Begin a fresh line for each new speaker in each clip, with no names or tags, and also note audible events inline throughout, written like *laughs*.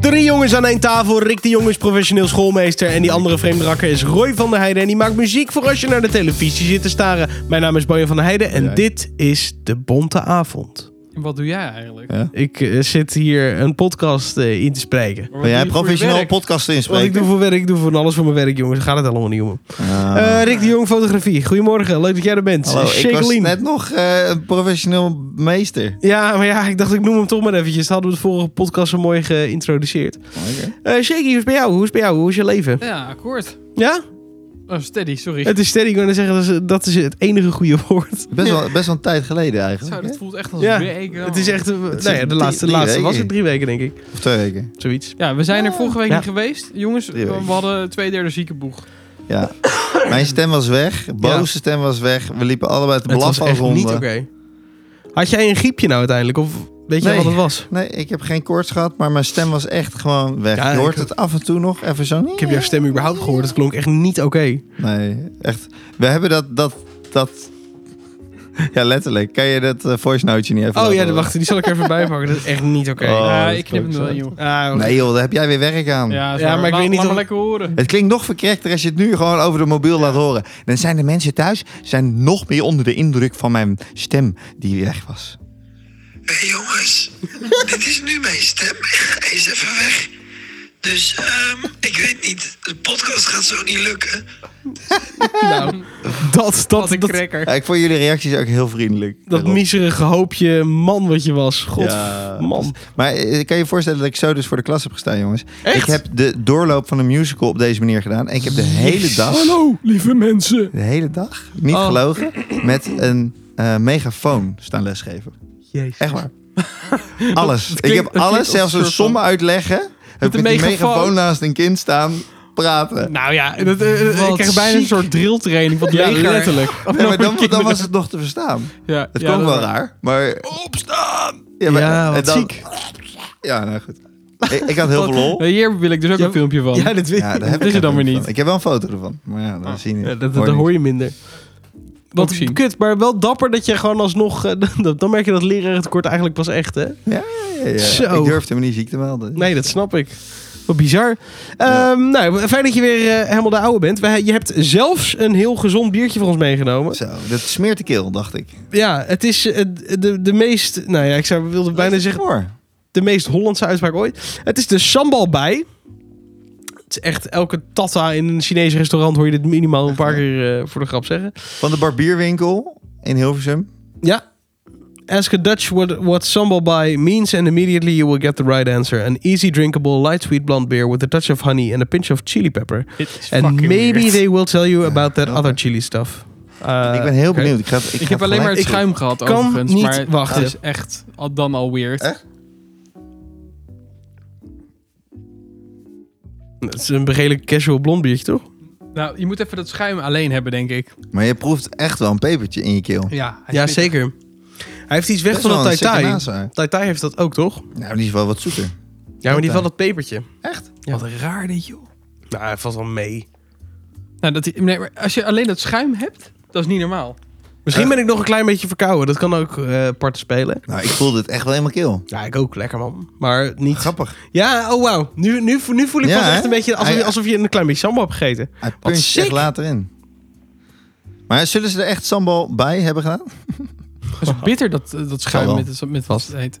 Drie jongens aan één tafel. Rick de Jong is professioneel schoolmeester. En die andere vreemde rakker is Roy van der Heijden. En die maakt muziek voor als je naar de televisie zit te staren. Mijn naam is Bojan van der Heijden. En
Ja.
dit is De Bonte Avond.
En wat doe jij eigenlijk?
Ja.
Ik eh, zit hier een podcast eh, in te spreken.
Wat
Ben jij
doe je voor je
professioneel
werk?
podcast
Wat ik
inspreken?
doe voor werk, ik doe voor alles voor mijn werk, jongens. Daar gaat het allemaal niet om.
Ah.
Eh, Rick de Jong, fotografie. Goedemorgen, leuk dat jij er bent.
Hallo, ik was
Shakeline.
net nog eh, een professioneel meester.
Ja, maar ja, ik dacht ik noem hem toch maar eventjes. Dat hadden we de vorige podcast zo mooi geïntroduceerd. Eh Shaky, hoe is het bij jou? Hoe is het bij jou? Hoe is je leven?
Ja, akkoord.
Ja?
Oh, steady, sorry.
Het is steady, ik wilde zeggen, dat is, dat is het enige goede woord.
Best wel, best wel een tijd geleden
Zo,
eigenlijk.
dat
hè?
voelt echt als
Ja,
een week. oh.
Het is echt, eh, nou ja, de
drie-
laatste, de
drie
laatste was
weken.
het drie weken, denk ik.
Of twee weken.
Zoiets.
Ja, we zijn er vorige week
Ja.
niet geweest. Jongens,
Drie
we
weken.
hadden twee derde
*coughs*
ziekenboeg.
Ja. Mijn stem was weg. Boze stem was weg. We liepen allebei te
Het was
blaffen als
echt
honden.
niet oké. Had jij een griepje nou uiteindelijk? Of weet jij
Nee.
wat het was?
Nee, ik heb geen koorts gehad, maar mijn stem was echt gewoon weg.
Ja,
je hoort
ik-
het af en toe nog, even zo.
Ik heb jouw stem überhaupt gehoord, het klonk echt niet oké. Oh
Nee, echt. We hebben dat, dat, dat... Ja, letterlijk. Kan je dat eh, voice noteje niet even
Oh
laten
ja,
horen?
wacht, die zal ik er even bijpakken. Dat is echt niet oké.
Oh,
Ja,
dat
ik knip hem
klopt
wel,
zo.
joh.
Ah, oké.
Nee joh, daar heb jij weer werk aan.
Ja,
maar ik weet niet
Laat
of-
maar lekker
*laughs*
horen.
Het klinkt nog verkrekter als je het nu gewoon over de mobiel laat horen. Dan zijn de mensen thuis zijn nog meer onder de indruk van mijn stem die weg was.
Hé jongens, *laughs* dit is nu mijn stem. Hij is even weg. Dus ehm, ik weet niet, de podcast gaat zo niet lukken.
Nou, dat, dat,
Wat een
dat,
cracker.
Ja, ik vond jullie reacties ook heel vriendelijk.
dat
Daarop.
miserige hoopje man wat je was. God,
Ja.
man.
Maar eh, kan je je voorstellen dat ik zo dus voor de klas heb gestaan, jongens?
Echt?
Ik heb de doorloop van een musical op deze manier gedaan. En ik heb de hele dag,
Hallo, lieve mensen.
de hele dag, niet
Oh.
gelogen, met een eh, megafoon staan lesgeven.
Jezus.
Echt waar. Alles.
klinkt-
ik heb
dat klinkt
alles,
als
zelfs
een
een
soort van-
som uitleggen. Heb ik
een
met die
megafoon.
megafoon naast een kind staan, praten.
Nou ja, dat, eh,
Wat
ik krijg bijna een
ziek.
soort drilltraining van het
Ja,
leger.
letterlijk.
Nee, maar dan, dan was het nog te verstaan.
Ja,
Het
ja,
klonk
dat-
wel raar, maar... Opstaan! Ja, maar,
Ja,
en
wat
dan-
ziek.
Ja, nou goed. Ik, ik had heel veel
*laughs* Ja,
lol.
Hier wil ik dus ook
Ja,
een filmpje van.
Ja, dat weet
Ja,
ik.
daar heb ik
Dat is er dan
geen
weer
van.
niet.
Ik heb wel een foto ervan, maar ja, dat zie je niet.
Ja, dat, dat, dat hoor je minder. Wat
Ook zien.
kut, maar wel dapper dat je gewoon alsnog... eh, *laughs* dat- Dan merk je dat lerarentekort eigenlijk pas echt, hè?
niet. Ja, ja, ja.
Zo.
Ik durfde me niet ziek te melden.
Nee, dat snap ik. Wat bizar. Ehm, nou, fijn dat je weer eh, helemaal de oude bent. Wij- je hebt zelfs een heel gezond biertje voor ons meegenomen.
Zo, dat smeert de keel, dacht ik.
Ja, het is eh, de, de meest... Nou ja, ik zou, wilde bijna zeggen...
Hoor.
de meest Hollandse uitspraak ooit. Het is de sambal bij. Het is echt elke tata in een Chinees restaurant hoor je dit minimaal een paar keer eh, voor de grap zeggen.
Van de barbierwinkel in Hilversum.
Ja. Ask a Dutch what, what sambal bai means and immediately you will get the right answer. An easy drinkable light sweet blonde beer with a touch of honey and a pinch of chili pepper.
Dit is
And
fucking
maybe
weird.
they will tell you about that
oké.
other chili stuff. Eh,
ik ben heel
oké.
benieuwd. Ik, ga, het- ik,
Ik
ga
heb alleen maar het
gelijk
schuim gehad,
kan
overigens.
niet
maar
wachten.
het is echt al- dan al weird.
Echt?
Het is een begredelijk casual blond biertje, toch?
Nou, je moet even dat schuim alleen hebben, denk ik.
proeven. Maar je proeft echt wel een pepertje in je keel.
Ja, hij
Ja,
zit-
zeker. Hij heeft iets weg
Best
van
wel
dat
een
tai
sikke
tai.
naza.
Tai tai heeft dat ook, toch?
Nou, die is wel wat zoeter.
Ja, maar niet
Tai.
van dat pepertje.
Echt?
Ja.
Wat raar dit, joh.
Nou, hij valt wel mee.
Nou, dat, nee, maar als je alleen dat schuim hebt, dat is niet normaal.
Misschien
Eh.
ben ik nog een klein beetje verkouden. Dat kan ook eh parten spelen.
Nou, ik voelde het echt wel in mijn keel.
Ja, ik ook. Lekker, man. Maar niet...
Grappig.
Ja, oh wauw. Nu, nu, nu voel ik
Ja,
pas echt
hè?
een beetje... Alsof, je-
Hij-
alsof je een klein beetje sambal hebt gegeten.
Hij puncht
sick.
echt later in. Maar zullen ze er echt sambal bij hebben gedaan?
Het is bitter, dat, eh, dat schuim
wel.
met, het- met wat het heet.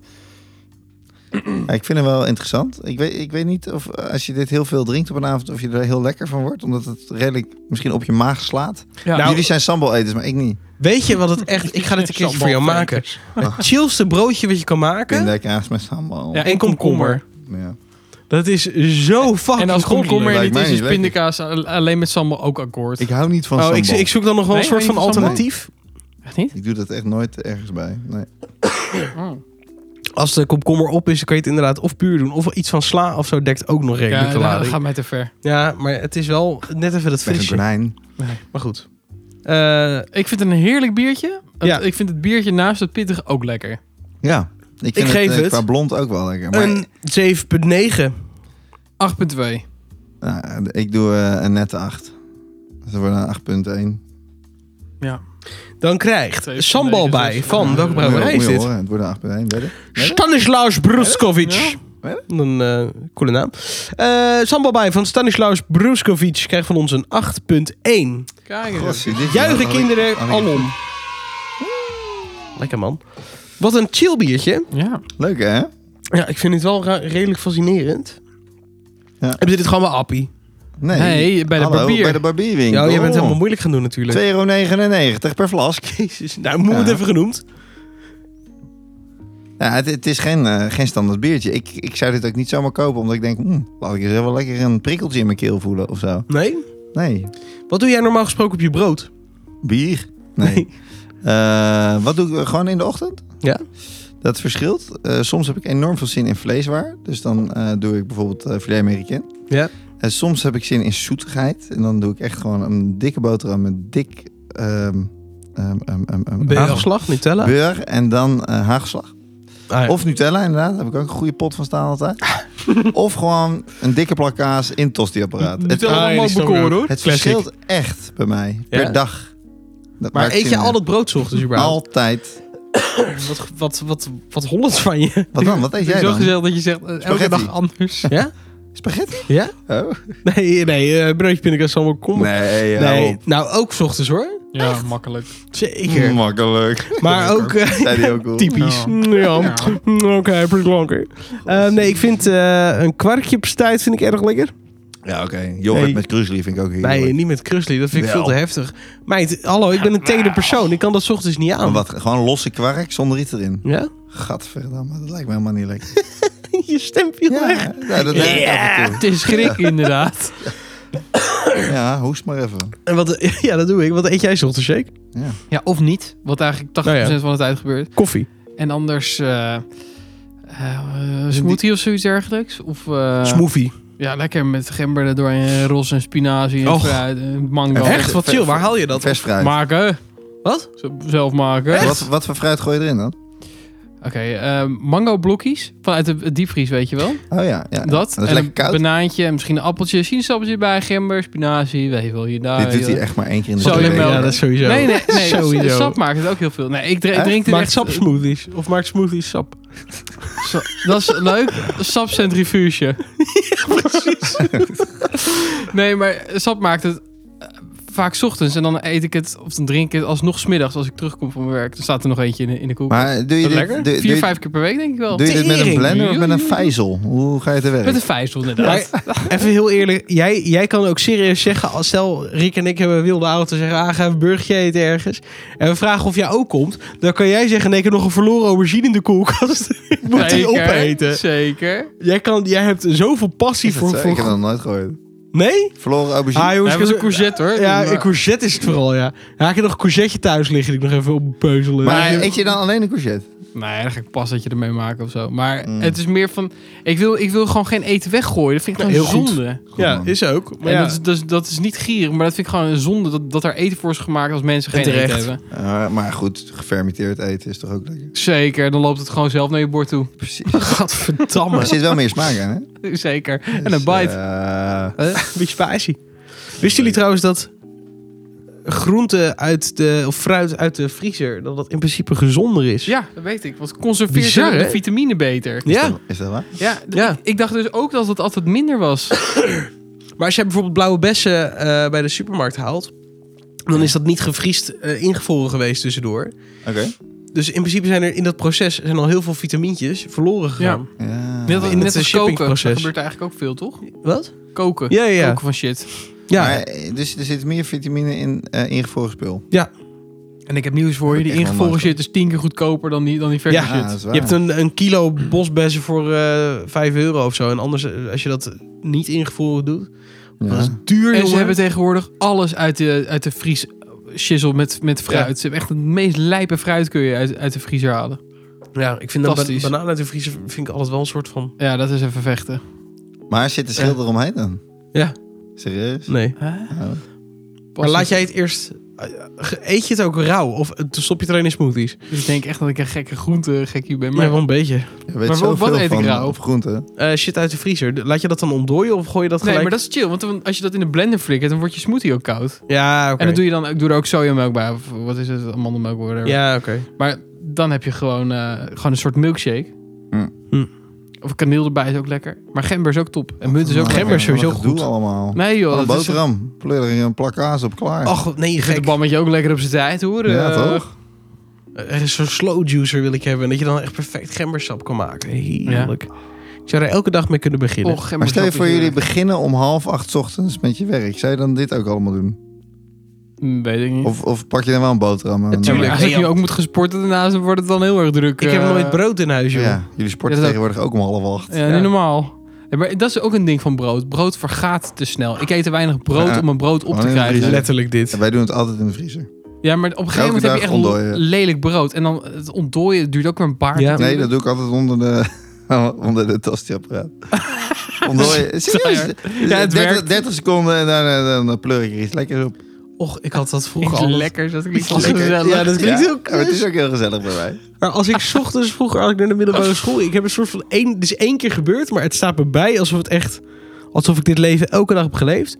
Ja, ik vind hem wel interessant. Ik weet, ik weet niet of eh, als je dit heel veel drinkt op een avond... of je er heel lekker van wordt. Omdat het redelijk misschien op je maag slaat.
Ja,
Nou,
Jullie zijn sambal-eters, maar ik niet.
Weet je wat het echt... Ik ga dit een keertje voor jou maken. Het
Ah.
chillste broodje wat je kan maken.
Pindakaas met sambal.
Ja,
Ja.
En komkommer. Oh,
Ja.
Dat is zo fucking
En als komkommer
goddelijk.
er
Lijkt
niet
mij
is,
niet
is
lekker.
pindakaas al- alleen met sambal ook akkoord.
Ik hou niet van
Oh,
sambal.
ik,
ik,
ik zoek dan nog wel een
Nee,
soort van
niet van sambal?
alternatief.
Echt niet? Oh.
doe dat echt nooit ergens bij. Nee.
Als de komkommer op is, dan kan je het inderdaad of puur doen. Of iets van sla of zo dekt ook nog redelijk
Ja, nou,
de
dat
lading.
gaat mij te ver.
Ja, maar het is wel net even dat
Met een
frisje.
konijn.
Maar goed. Eh,
Ik vind het een heerlijk biertje. Het-
Ja.
Ik vind het biertje naast het pittige ook lekker.
Ja. Ik, vind
geef
eh,
het
Qua blond ook wel lekker. Maar
een 7,9.
8.2.
nou, ik doe eh, een nette 8. Dus dat wordt een 8.1.
Ja.
Dan krijgt
7,9
sambal bij
zelfs.
van welke
Moet je-
brouwerij
moet
is
je
dit?
horen, Het wordt een 8.1. Weet je?
Stanislaus Bruskovic. Een eh, coole naam. Eh sambal bij van Stanislaus Bruskovic krijgt van ons een 8.1.
Kijk eens.
Gossie, dit
Juichen
had ik-
kinderen
had ik-
alom. Lekker man. Wat een chill biertje.
Ja.
Leuk hè?
Ja, ik vind het wel ra- redelijk fascinerend.
Ja.
Hebben ze dit gewoon bij Appie?
Nee.
Nee, bij de
Hallo,
barbier.
bij de barbierwinkel.
Ja, je bent helemaal moeilijk gaan doen natuurlijk.
2,99 euro per flask. *laughs*
Jezus, nou moet het
Ja.
even genoemd.
Ja, het, het is geen, eh, geen standaard biertje. Ik, ik zou dit ook niet zomaar kopen, omdat ik denk... "Hmm, laat ik eens even lekker een prikkeltje in mijn keel voelen of zo.
Nee?
Nee.
Wat doe jij normaal gesproken op je brood?
Bier? Nee. Eh, wat doe ik gewoon in de ochtend?
Ja.
Dat verschilt. Eh, soms heb ik enorm veel zin in vleeswaar. Dus dan eh, doe ik bijvoorbeeld eh filet américain.
Ja.
En soms heb ik zin in zoetigheid. En dan doe ik echt gewoon een dikke boterham met dik... ehm ehm, ehm, em, ehm,
Beer.
hagelslag.
Hagelslag, Nutella?
Beurre en dan eh haagslag.
Ah, ja.
Of Nutella inderdaad, daar heb ik ook een goede pot van staan altijd.
*laughs*
of gewoon een dikke plak kaas in het tostiapparaat. Het,
Ah, ja,
Nutella
die
allemaal
snap ik
bekoren
ook.
hoor.
het
classic.
verschilt echt bij mij,
Ja?
per dag. Dat waar
maar
ik
eet
zin
je
in
al dat brood 's ochtends
heb.
überhaupt?
Altijd.
Wat, wat, wat, wat Hollands van je?
Wat dan? Wat eet
*laughs* Het is
jij
wel
dan?
gezellig dat je zegt, eh, elke
Spaghetti.
dag anders.
Ja?
Spaghetti?
Ja?
Oh.
*laughs* Nee, nee, eh broodje pindakaas is allemaal kom.
Nee, eh, ja,
nee.
op. Mm.
Nou, ook 's ochtends hoor.
Ja, makkelijk.
Zeker. *laughs*
Makkelijk.
Maar ook... eh,
Zei die ook al.
Typisch.
Ja.
Ja.
Ja.
Mm, Oké, pretty longer. Eh, nee, ik vind eh, een kwarkje op tijd vind ik erg lekker.
Ja, oké. Yoghurt
Nee.
met krusli vind ik ook heerlijk.
Nee, niet met krusli. Dat vind ik
Wel.
veel te heftig. Meid, hallo, ik ben een teder persoon. Ik kan dat 's ochtends niet
Maar
aan.
wat, gewoon losse kwark zonder iets erin.
Ja? *laughs*
Gadverdamme, dat lijkt me helemaal niet lekker.
je stem viel weg.
Ja, nou, dat denk ik af en toe.
Het is schrik inderdaad.
Ja, hoest maar even.
En wat, *laughs* ja, dat doe ik. Wat eet jij 's ochtends, Shake?
Ja.
Ja, of niet. Wat eigenlijk 80%
Nou ja.
van de tijd gebeurt.
Koffie.
En anders... eh, eh, smoothie of zoiets dergelijks. Of, eh,
Smoothie.
ja, lekker met gember erdoor en ros en spinazie en
Och.
fruit en mango.
Ja,
Echt? Wat chill. Waar haal je dat?
Vers fruit.
Maken.
Wat?
Z- Zelf maken.
Wat, wat voor fruit gooi je erin dan?
Oké, eh, mango blokjes vanuit de diepvries, weet je wel.
Oh ja, ja.
Dat.
Dat is
en
lekker
een
koud.
banaantje en misschien een appeltje, sinaasappeltje erbij, gember, spinazie, weet je wel, hier daar.
Dit doet hij
joh.
echt maar één keer in de
Zo,
twee
alleen
weken.
melk.
Ja, dat is sowieso.
Nee, nee, nee.
*laughs* Sowieso.
Sap maakt het ook heel veel. Nee, ik drink, ik
Echt?
drink dit
Maak
echt-
sapsmoothies. Of maak smoothies sap.
Zo- Dat is leuk. Sapcentrifuge.
*laughs*
precies. nee, maar sap maakt het eh, vaak 's ochtends. En dan eet ik het, of dan drink ik het alsnog 's middags als ik terugkom van mijn werk. Dan staat er nog eentje in de, in de koelkast.
Maar doe je
Wat
dit,
lekker?
doe, doe,
Vier,
je-
vijf keer per week denk ik wel.
doe je dit met een
Tering.
blender of met een vijzel? Hoe ga je te werk?
Met een vijzel inderdaad. *laughs*
Maar even heel eerlijk, jij, jij kan ook serieus zeggen, als stel Rick en ik hebben wilde auto zeggen, ah, gaan we een burgertje eten ergens. En we vragen of jij ook komt, dan kan jij zeggen, nee, ik heb nog een verloren aubergine in de koelkast. *laughs* ik moet die
Zeker,
opeten.
Zeker.
Jij, kan, jij hebt zoveel passie
Is dat
voor...
zo?
voor...
Ik heb dat nooit gehoord.
Nee?
Verloren aubergine.
Ah, jongens,
Hij was een
ik heb-
courgette hoor.
Ja,
Dus,
een courgette is het vooral, ja. Ja, ik heb nog een courgette thuis liggen die ik nog even op peuzelen.
maar eet je dan alleen een courgette?
Nee, dan ga ik pas dat je ermee maken of zo. Maar
Mm.
het is meer van... Ik wil, ik wil gewoon geen eten weggooien. Dat vind ik
Nee,
gewoon
heel goed.
zonde.
Goed,
ja,
man.
is ook. Maar
en
ja.
dat, is, dat, is, dat is niet gierig, maar dat vind ik gewoon een zonde dat, dat er eten voor is gemaakt als mensen
En
geen eten
terecht.
hebben.
Eh, maar goed, gefermenteerd eten is toch ook lekker?
Zeker, dan loopt het gewoon zelf naar je bord toe. *laughs*
Precies.
Gadverdamme.
Er zit wel meer smaak aan, hè?
Zeker. *laughs* en
Dus,
een bite.
eh,
*laughs* Beetje spicy. Wisten jullie trouwens dat groente uit de, of fruit uit de vriezer, dat dat in principe gezonder is?
Ja, dat weet ik. Want het conserveert
Bizar,
de
hè?
vitamine beter.
Ja,
is dat- Is dat waar?
Ja, d-
Ja.
ik dacht dus ook dat het altijd minder was.
maar als jij bijvoorbeeld blauwe bessen eh, bij de supermarkt haalt, dan is dat niet gevriest eh, ingevroren geweest tussendoor.
Oké.
Dus in principe zijn er in dat proces zijn al heel veel vitamintjes verloren gegaan.
Ja.
Net, als-
In
net
het
als koken. Dat
shippingproces.
gebeurt eigenlijk ook veel, toch?
Wat?
Koken.
Ja, ja, ja.
Koken van shit.
Ja,
Maar, eh, dus er zit meer vitamine in eh ingevroren spul.
En ik heb nieuws voor je. Die
Echt wel
ingevroren
mooi.
shit is tien keer goedkoper dan die, dan die verse
Ja.
Ah,
shit.
dat is waar.
je hebt een, een kilo bosbessen voor eh 5 euro of zo. En anders, eh, als je dat niet ingevroren doet, dat is
Ja.
duur,
En ze
jongen.
hebben tegenwoordig alles uit de, uit de vries shizzle met, met fruit. Ze hebben echt het meest lijpe fruit kun je uit, uit de vriezer halen.
Ja, ik vind dat ba-
Fantastisch.
bananen uit de vriezer vind ik altijd wel een soort van...
Ja, dat is even vechten.
Maar zit de schilder omheen dan?
Ja.
Mm.
Serieus?
Nee.
Oh.
Maar laat jij het eerst... eh, Eet je het ook rauw? Of eh, stop je het alleen in smoothies?
Dus ik denk echt dat ik een gekke groente gekkie ben. Maar
ja, wel een beetje.
Je weet
Maar wat- wat
zoveel
eet ik
van
rauw?
op groenten.
Eh, shit uit de vriezer. De- Laat je dat dan ontdooien of gooi je dat
nee,
gelijk...
maar dat is chill. Want dan- als je dat in de blender flikkert, dan wordt je smoothie ook koud.
Ja, oké.
En dan doe je dan ik doe er ook sojamelk bij. Of wat is het? Amandelmelk whatever.
Ja, oké.
Maar dan heb je gewoon, eh, gewoon een soort milkshake.
Mm.
Mm.
Of kaneel erbij is ook lekker. Maar gember is ook top. En munt is ook
Nou, gember
lekker.
is sowieso
Wat een gedoe
goed.
allemaal.
Nee
Wat
joh,
een
dat is...
boterham. Pleur er een plak kaas op, klaar.
Ach, nee,
Ik vind
gek.
het bammetje ook lekker op zijn tijd hoor.
Ja,
Eh,
toch?
Eh, Er is zo'n slow juicer wil ik hebben. En dat je dan echt perfect gembersap kan maken. Heerlijk. Ik zou daar elke dag mee kunnen beginnen.
Och, gember
maar stel je
is ook
voor, jullie
heerlijk.
beginnen om half acht 's ochtends met je werk. Zou je dan dit ook allemaal doen?
Hm, Weet ik niet.
Of, of pak je dan wel een boterham? en-
Ja, maar
Tuurlijk.
als ik
Hey,
nu
joh.
ook moet gesporten daarnaast, dan wordt het dan heel erg druk.
ik heb
eh,
nooit brood in huis, joh.
Ja, jullie sporten
Ja, dat ook.
tegenwoordig ook om half acht.
Ja,
Ja.
niet normaal. Ja, maar dat is ook een ding van brood. Brood vergaat te snel. Ik eet te weinig brood
Ja.
om een brood op
Gewoon
te
in de vriezer.
krijgen.
Letterlijk dit.
En wij doen het altijd in de vriezer.
Ja, maar op een gegeven
Elke
moment heb je
dag
echt l-
ontdooien.
lelijk brood. En dan het ontdooien duurt ook weer een paar
Ja.
keer.
Nee, dat doe ik altijd onder de, onder de *laughs* tosti-apparaat. Omdat je...
Ja,
Serieus?
het
30,
werkt.
seconden en dan, eh, dan, dan pleur ik er iets lekkers op.
Och, ik had dat vroeger
Iets
al.
lekkers, dat klinkt wel
Lekker.
gezellig.
Ja, dat klinkt heel
maar Het is ook heel gezellig bij mij.
Maar als ik 's ochtends vroeger, als ik naar de
*laughs*
middelbare school... Ik heb een soort van... Één, het is één keer gebeurd, maar het staat me bij alsof het echt... Alsof ik dit leven elke dag heb geleefd.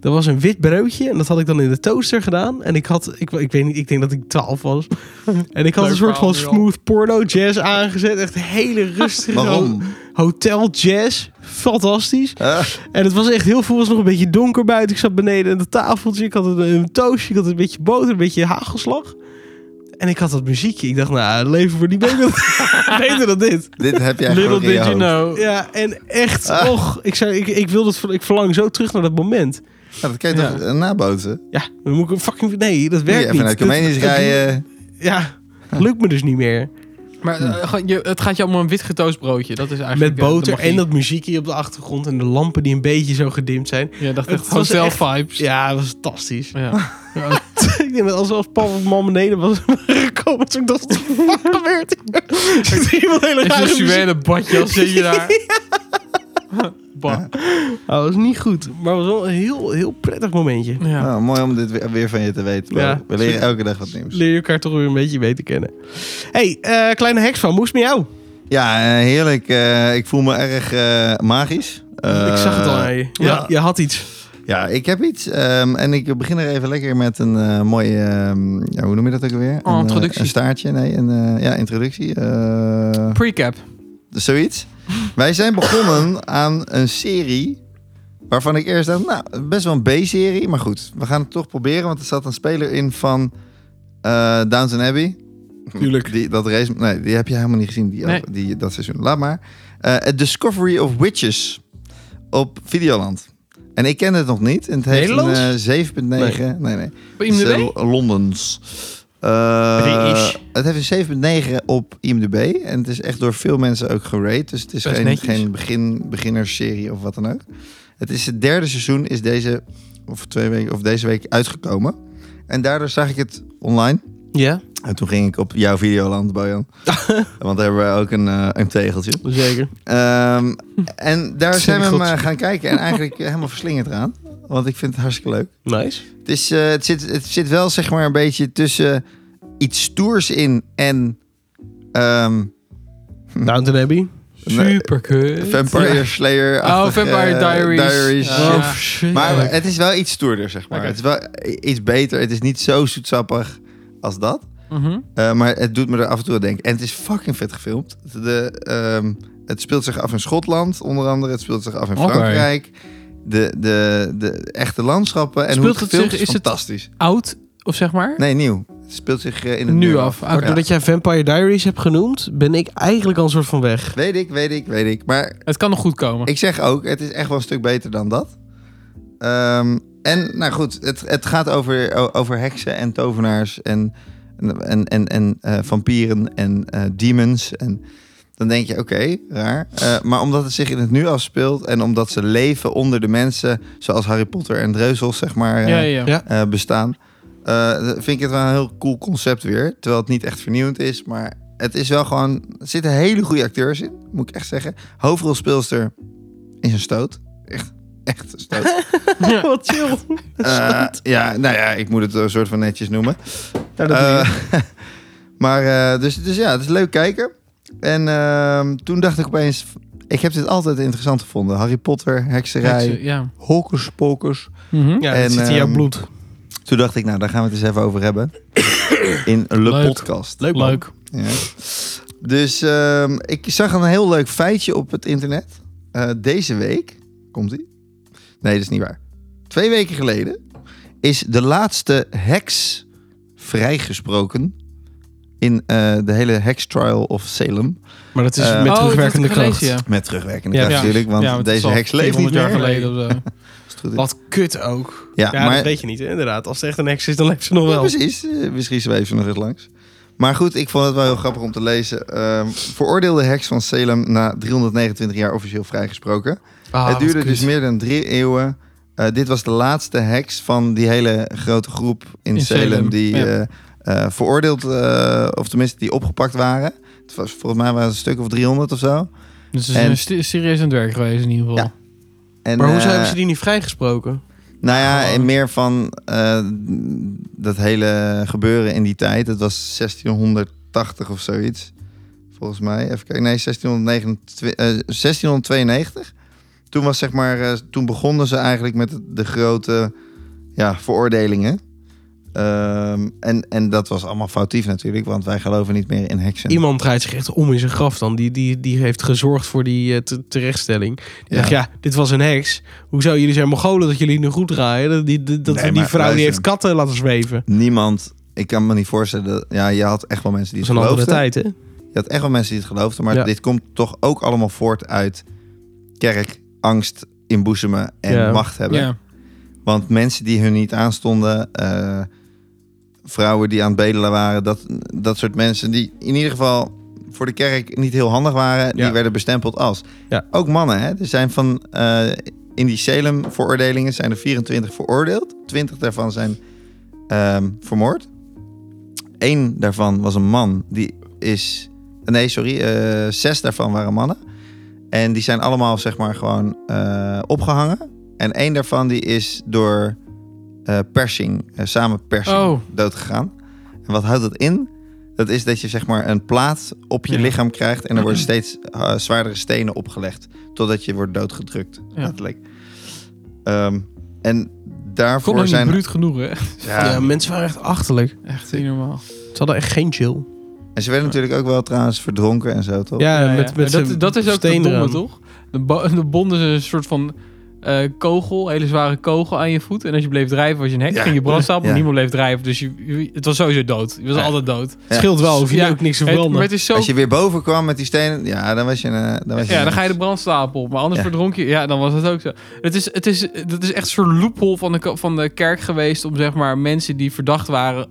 Er was een wit broodje en dat had ik dan in de toaster gedaan. En ik had, ik, ik weet niet, ik denk dat ik 12
*laughs*
was. En ik had
Leuk
een soort van
verhaal nu al.
smooth porno jazz aangezet. Echt hele rustige
Waarom?
hotel jazz. Fantastisch.
*laughs* Ah,
En het was echt heel veel, was nog een beetje donker buiten. Ik zat beneden aan het tafeltje. Ik had een, een toastje, ik had een beetje boter, een beetje hagelslag. En ik had dat muziekje. Ik dacht, nou, het leven wordt niet beter, *laughs* beter dan dit.
dit heb jij
Little
gewoon in je
did you
hoofd.
know.
Ja, en echt,
Ah.
och, ik, zei, ik, ik, wil dat, ik verlang zo terug naar dat moment.
Ja, dat kan je toch eh, nabootsen?
Ja, dan moet ik een fucking... Nee, dat
Moet
werkt
je even
niet.
naar
Dat-
Comenius
dat-
rijden.
Ja, lukt me dus niet meer.
Maar eh, gewoon, je, het gaat je allemaal een wit getoast broodje. Dat is
Met
eigenlijk eh, de
boter
magie.
en dat muziekje op de achtergrond en de lampen die een beetje zo gedimd zijn.
Ja, dat
*laughs* Het
echt
was
hotel
echt-
vibes.
Ja, dat was fantastisch. *laughs*
Ja.
ik denk dat als, als pap of mam beneden was *laughs* gekomen, toen ik dacht, wat de fuck gebeurt hier? *laughs* Zit hier iemand hele
Een
rare muziek?
sensuele badjas zit
*laughs*
je daar. Bah.
Nou, dat was niet goed, maar het was wel een heel, heel prettig momentje.
Ja.
Nou, mooi om dit weer, weer van je te weten.
Ja.
We leren elke dag wat nieuws.
Leer je elkaar toch weer een beetje beter kennen. hey, eh, kleine heks van, moest met jou?
Ja, eh, heerlijk. Eh, ik voel me erg eh, magisch. Eh,
ik zag het al aan je. Je,
ja.
je had iets.
Ja, ik heb iets. ehm, en ik begin er even lekker met een eh mooie... ehm, ja, hoe noem je dat ook alweer? Een,
Oh,
eh,
introductie.
Een staartje, nee. Een, eh, ja, introductie. Eh,
Precap.
zoiets. Wij zijn begonnen aan een serie waarvan ik eerst dacht, nou, best wel een B-serie, maar goed, we gaan het toch proberen, want er zat een speler in van eh Downton Abbey.
Tuurlijk.
Die, dat race, nee, die heb je helemaal niet gezien, die,
Nee.
die, dat seizoen. Laat maar. Eh, A Discovery of Witches op Videoland. En ik ken het nog niet. En het heeft
Nederlands?
een eh, 7,9. Nee, nee. nee.
Op
Het is,
IMDb?
eh, Londens. Eh,
British.
het heeft een 7,9 op IMDb. En het is echt door veel mensen ook gerate. Dus het is
Best
geen,
netjes.
geen begin, beginnersserie of wat dan ook. Het is het derde seizoen is deze, of twee weken, of deze week uitgekomen. En daardoor zag ik het online.
Ja,
En toen ging ik op jouw videoland, Bojan. Want daar hebben wij ook een, eh, een tegeltje.
zeker.
Ehm, en daar zijn we hem
Tegels.
eh, gaan kijken. En eigenlijk eh, helemaal verslingerd eraan. Want ik vind het hartstikke leuk.
Nice.
Het, is, eh, het, zit, het zit wel zeg maar een beetje tussen iets stoers in en ehm eh,
Downton Abbey.
Superkut.
Vampire
Ja.
Slayer.
Oh, Vampire Diaries.
Eh,
Ja.
Oh, shit.
Maar het is wel iets stoerder zeg maar.
Oké.
Het is wel i- iets beter. Het is niet zo zoetsappig als dat.
Mhm.
Eh, maar het doet me er af en toe aan denken. En het is fucking vet gefilmd. De, ehm, het speelt zich af in Schotland onder andere. Het speelt zich af in
Oké.
Frankrijk. De, de, de echte landschappen en
Speelt
hoe het
het
gefilmd
zich-
is,
is het-
fantastisch.
Oud, of zeg maar?
Nee, nieuw. Het speelt zich eh, in het
Nu
nieuwe
af.
Maar
Oké.
doordat jij Vampire Diaries hebt genoemd, ben ik eigenlijk al een soort van weg.
Weet ik, weet ik, weet ik. Maar
Het kan nog goed komen.
ik zeg ook, het is echt wel een stuk beter dan dat. Ehm, en nou goed, het, het gaat over, o- over heksen en tovenaars en, en, en, en eh, vampieren en eh, demons. En dan denk je, oké, raar. Eh, maar omdat het zich in het nu afspeelt en omdat ze leven onder de mensen, zoals Harry Potter en Dreuzels, zeg maar, eh,
ja,
Ja.
ja. ja.
eh, bestaan. eh, vind ik het wel een heel cool concept weer. Terwijl het niet echt vernieuwend is. Maar het is wel gewoon... Er zitten hele goede acteurs in, moet ik echt zeggen. Hoofdrolspeelster is een stoot. Echt, echt een stoot.
*laughs* Wat chill.
Eh, ja, nou ja, ik moet het een soort van netjes noemen.
Nou, dat doe je.
Eh, *laughs* maar eh, dus, dus ja, het is leuk kijken. En ehm, toen dacht ik opeens... Ik heb dit altijd interessant gevonden. Harry Potter,
Heksen,
hekserij,
ja.
hokus pokus.
Mhm.
Ja,
En,
het zit in jouw
ehm,
bloed.
Toen dacht
*coughs*
ik, nou, daar gaan we het eens even over hebben. In Le
Leuk.
Podcast.
Leuk, man.
Leuk.
Ja. Dus ehm, ik zag een heel leuk feitje op het internet. Eh, deze week, komt ie? Nee, dat is niet waar. Twee weken geleden is de laatste heks vrijgesproken in eh, de hele heks trial of Salem.
Maar dat is
Eh,
met
Oh,
terugwerkende
dat heb ik
kracht.
gelezen,
Met terugwerkende
Ja.
kracht
Ja.
natuurlijk, want
Ja, want het
deze
is al
heks leeft niet
400 jaar
meer. *laughs*
geleden of zo.
Als het goed is.
Wat kut ook.
Ja,
Ja,
maar
dat weet je niet, hè? inderdaad. Als het echt een ex is, dan leeft ze nog
Ja,
wel.
precies. Eh, Misschien zweven ze nog eens langs. Maar goed, ik vond het wel heel grappig om te lezen. Ehm, veroordeelde heks van Salem na 329 jaar officieel vrijgesproken.
Ah,
het duurde
wat
dus
kut.
meer dan drie eeuwen. Eh, dit was de laatste heks van die hele grote groep in,
In
Salem,
Salem,
die
ja.
eh, eh, veroordeeld, eh, of tenminste die opgepakt waren. Het was, volgens mij waren het een stuk of 300 of zo.
Dus ze
En-
zijn sti- serieus aan het werk geweest in ieder geval.
Ja. En,
Maar hoezo
eh,
hebben ze die niet vrijgesproken?
Nou ja,
Gewoon.
en meer van eh, dat hele gebeuren in die tijd. Het was 1680 of zoiets. Volgens mij. Even kijken. Nee, 1629, eh, 1692. Toen, was, zeg maar, eh, toen begonnen ze eigenlijk met de grote ja, veroordelingen. Ehm, en, en dat was allemaal foutief natuurlijk, want wij geloven niet meer in heksen.
Iemand draait zich echt om in zijn graf dan. Die, die, die heeft gezorgd voor die eh, te- terechtstelling. Die
Ja.
dacht, ja, dit was een heks. Hoezo, jullie zijn mogolen dat jullie nu goed draaien? Dat, die, die- dat,
Nee,
die
maar
vrouw die
luister.
heeft katten laten zweven.
Niemand, ik kan me niet voorstellen. dat- ja, je had echt wel mensen die
Dat is
het
een andere
geloofden.
tijd, hè?
Je had echt wel mensen die het geloofden, maar
Ja.
dit komt toch ook allemaal voort uit kerk, angst, inboezemen en
Ja.
macht hebben.
Ja.
Want mensen die hun niet aanstonden, eh, vrouwen die aan het bedelen waren, dat, dat soort mensen die in ieder geval voor de kerk niet heel handig waren,
Ja.
die werden bestempeld als.
Ja.
Ook mannen, hè? Er zijn van eh, in die Salem-veroordelingen zijn er 24 veroordeeld, 20 daarvan zijn ehm, vermoord. Eén daarvan was een man, die is. Nee, sorry, eh, zes daarvan waren mannen. En die zijn allemaal, zeg maar, gewoon eh, opgehangen. En één daarvan die is door eh, persing, eh, samen persing,
Oh.
dood gegaan. En wat houdt dat in? Dat is dat je zeg maar een plaat op je
Ja.
lichaam krijgt en er worden steeds eh, zwaardere stenen opgelegd. Totdat je wordt doodgedrukt.
Ja.
Letterlijk. Ehm, en daarvoor
Kon ook
zijn.
nou niet bruut genoeg, hè? *laughs*
Ja. mensen waren echt achterlijk.
Echt niet normaal.
Ze hadden echt geen chill.
En ze werden natuurlijk ook wel trouwens verdronken en zo, toch?
Ja,
Ja, ja.
Eh, met, met
Maar
zijn
dat, dat is ook de
stenen
domme,
eraan.
toch? De, bo- *laughs* de bonden ze een soort van eh, kogel, hele zware kogel aan je voet. En als je bleef drijven was je een hek,
Ja.
ging je brandstapel, maar
Ja.
niemand bleef drijven. Dus je, je- het was sowieso dood. Je was
Ja.
altijd dood.
Het scheelt wel, hoef je
Ja,
ook niks te
Het, maar
verbranden.
het is zo...
Als je weer boven kwam met die stenen, ja, dan was je een... eh, Dan was je
Ja,
een-
dan ga je de brandstapel op. Maar anders
Ja.
verdronk je... Ja, dan was dat ook zo. Het is, het is, dat is echt een soort loophole van de, ko- van de kerk geweest... om zeg maar mensen die verdacht waren...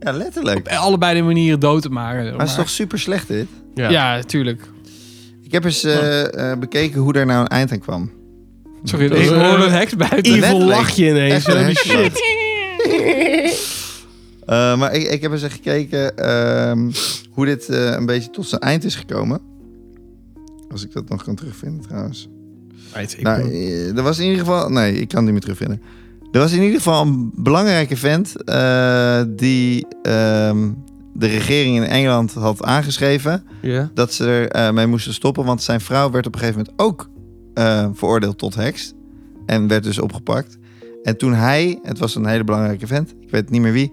Ja, letterlijk.
op allebei de manieren dood te maken. zeg
Maar het is
maar.
toch super slecht dit?
Ja.
Ja, tuurlijk.
Ik heb eens eh, eh, bekeken hoe daar nou een eind aan kwam.
Sorry,
Dat
dat
is-
is een heks buiten.
Evil
letterlijk.
lachje ineens.
Echt een
Holy
heksenjacht.
shit.
Eh, maar ik, ik heb eens echt gekeken ehm, hoe dit eh, een beetje tot zijn eind is gekomen. Als ik dat nog kan terugvinden trouwens. Nou, eh, er was in ieder geval... Nee, ik kan het niet meer terugvinden. Er was in ieder geval een belangrijke vent eh, die ehm, de regering in Engeland had aangeschreven.
Ja.
dat ze er eh, mee moesten stoppen. Want zijn vrouw werd op een gegeven moment ook eh, veroordeeld tot heks. En werd dus opgepakt. En toen hij, het was een hele belangrijke vent, ik weet niet meer wie.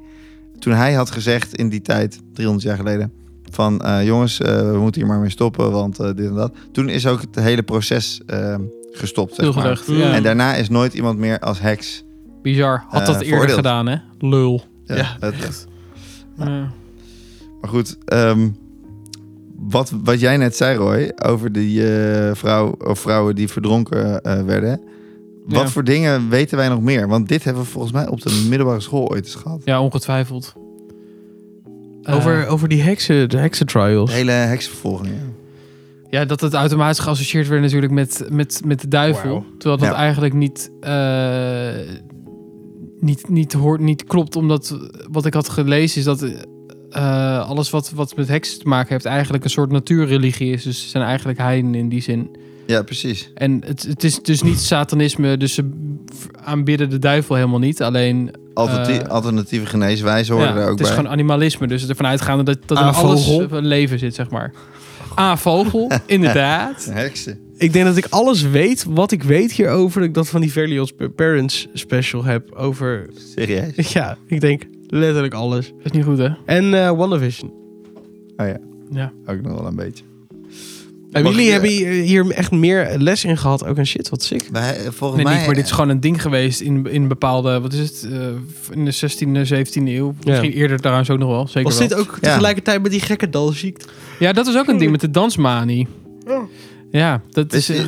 Toen hij had gezegd in die tijd, 300 jaar geleden. Van eh, jongens, eh, we moeten hier maar mee stoppen, want eh, dit en dat. Toen is ook het hele proces eh, gestopt. Zeg
Heel
maar.
gedacht.
Ja.
Ja.
En daarna is nooit iemand meer als heks.
Bizar. Had dat
Eh,
eerder
veroordeeld.
gedaan, hè? Lul.
Ja, het- Ja.
Ja.
Maar goed, ehm, wat, wat jij net zei, Roy, over die eh, vrouw, of vrouwen die verdronken eh, werden. Wat
Ja.
voor dingen weten wij nog meer? Want dit hebben we volgens mij op de middelbare school ooit eens gehad.
Ja, ongetwijfeld. Eh,
Over, over die heksen, de heksentrials.
De hele heksenvervolging. ja.
Eh, ja, dat het automatisch geassocieerd werd natuurlijk met, met, met de duivel.
Wauw.
Terwijl dat
Ja.
eigenlijk niet, eh, niet, niet, hoort, niet klopt. Omdat wat ik had gelezen is dat eh, alles wat, wat met heksen te maken heeft... eigenlijk een soort natuurreligie is. Dus ze zijn eigenlijk heiden in die zin.
Ja, precies.
En het, het is dus niet satanisme. Dus ze aanbidden de duivel helemaal niet. Alleen
Alternatieve,
Eh,
alternatieve geneeswijzen hoorden
Ja,
er ook
het is
bij.
gewoon animalisme. Dus ervan uitgaande dat, dat
Aan
in alles
vogel.
een leven zit, zeg maar.
*laughs*
A, vogel, inderdaad.
Heksen.
Ik denk dat ik alles weet wat ik weet hierover. Dat ik dat van die Verlios Parents special heb over... *laughs*
Serieus?
*laughs*
Ja, ik denk letterlijk alles.
Dat is niet goed, hè?
En eh WandaVision.
Oh ja.
Ja.
Ook nog wel een beetje.
En
Mag
jullie
ik,
hebben hier- hier echt meer les in gehad. Ook en shit, wat sick.
Wij, eh, volgens
Nee,
mij...
niet, maar dit is gewoon een ding geweest in, in bepaalde, wat is het, eh, in de 16e, 17e eeuw.
Ja.
Misschien eerder trouwens ook nog wel, zeker
Was
wel.
dit ook tegelijkertijd met die gekke dalziekte?
Ja, dat is ook een ding met de dansmanie. Ja, dat
Dus,
is...
eh,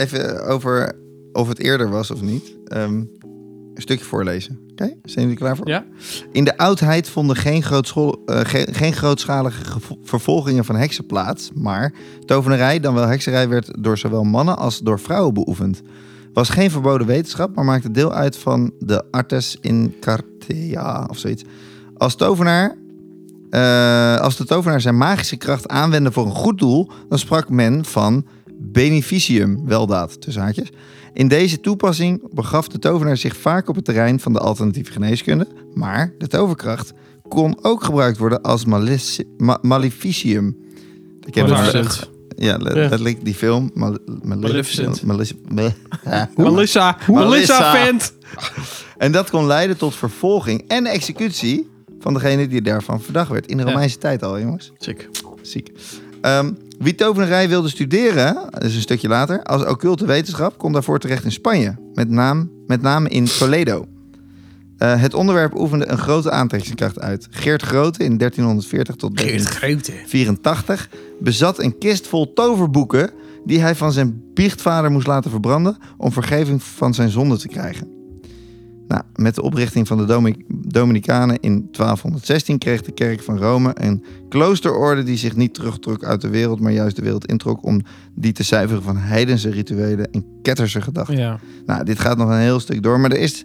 even over of het eerder was of niet. Ehm, een stukje voorlezen. Oké, zijn jullie klaar voor?
Ja.
In de oudheid vonden geen, grootschool- eh, ge- geen grootschalige gevo- vervolgingen van heksen plaats. Maar tovenarij, dan wel hekserij, werd door zowel mannen als door vrouwen beoefend. Was geen verboden wetenschap, maar maakte deel uit van de artes in cartea of zoiets. Als tovenaar eh, als de tovenaar zijn magische kracht aanwendde voor een goed doel, dan sprak men van beneficium, weldaad, tussen haakjes. In deze toepassing begaf de tovenaar zich vaak op het terrein van de alternatieve geneeskunde, maar de toverkracht kon ook gebruikt worden als malici- ma- maleficium. Ik heb
Maleficent.
het- ja, le-
Ja.
letterlijk die film. Mal- mal-
Maleficent.
Malici- bleh. *laughs* Ja.
Melissa, Melissa
Melissa.
vent!
En dat kon leiden tot vervolging en executie van degene die daarvan verdacht werd. In de
Ja.
Romeinse tijd al, jongens.
Sick.
Ziek. Ehm, wie tovenarij wilde studeren, dat is een stukje later, als occulte wetenschap, komt daarvoor terecht in Spanje. Met, naam, met name in Toledo. Eh, het onderwerp oefende een grote aantrekkingskracht uit. Geert Grote in 1340 tot 1384 bezat een kist vol toverboeken die hij van zijn biechtvader moest laten verbranden om vergeving van zijn zonde te krijgen. Nou, met de oprichting van de Domi- Dominicanen in 1216 kreeg de kerk van Rome een kloosterorde die zich niet terugtrok uit de wereld, maar juist de wereld introk om die te zuiveren van heidense rituelen en ketterse gedachten.
Ja.
Nou, dit gaat nog een heel stuk door, maar er is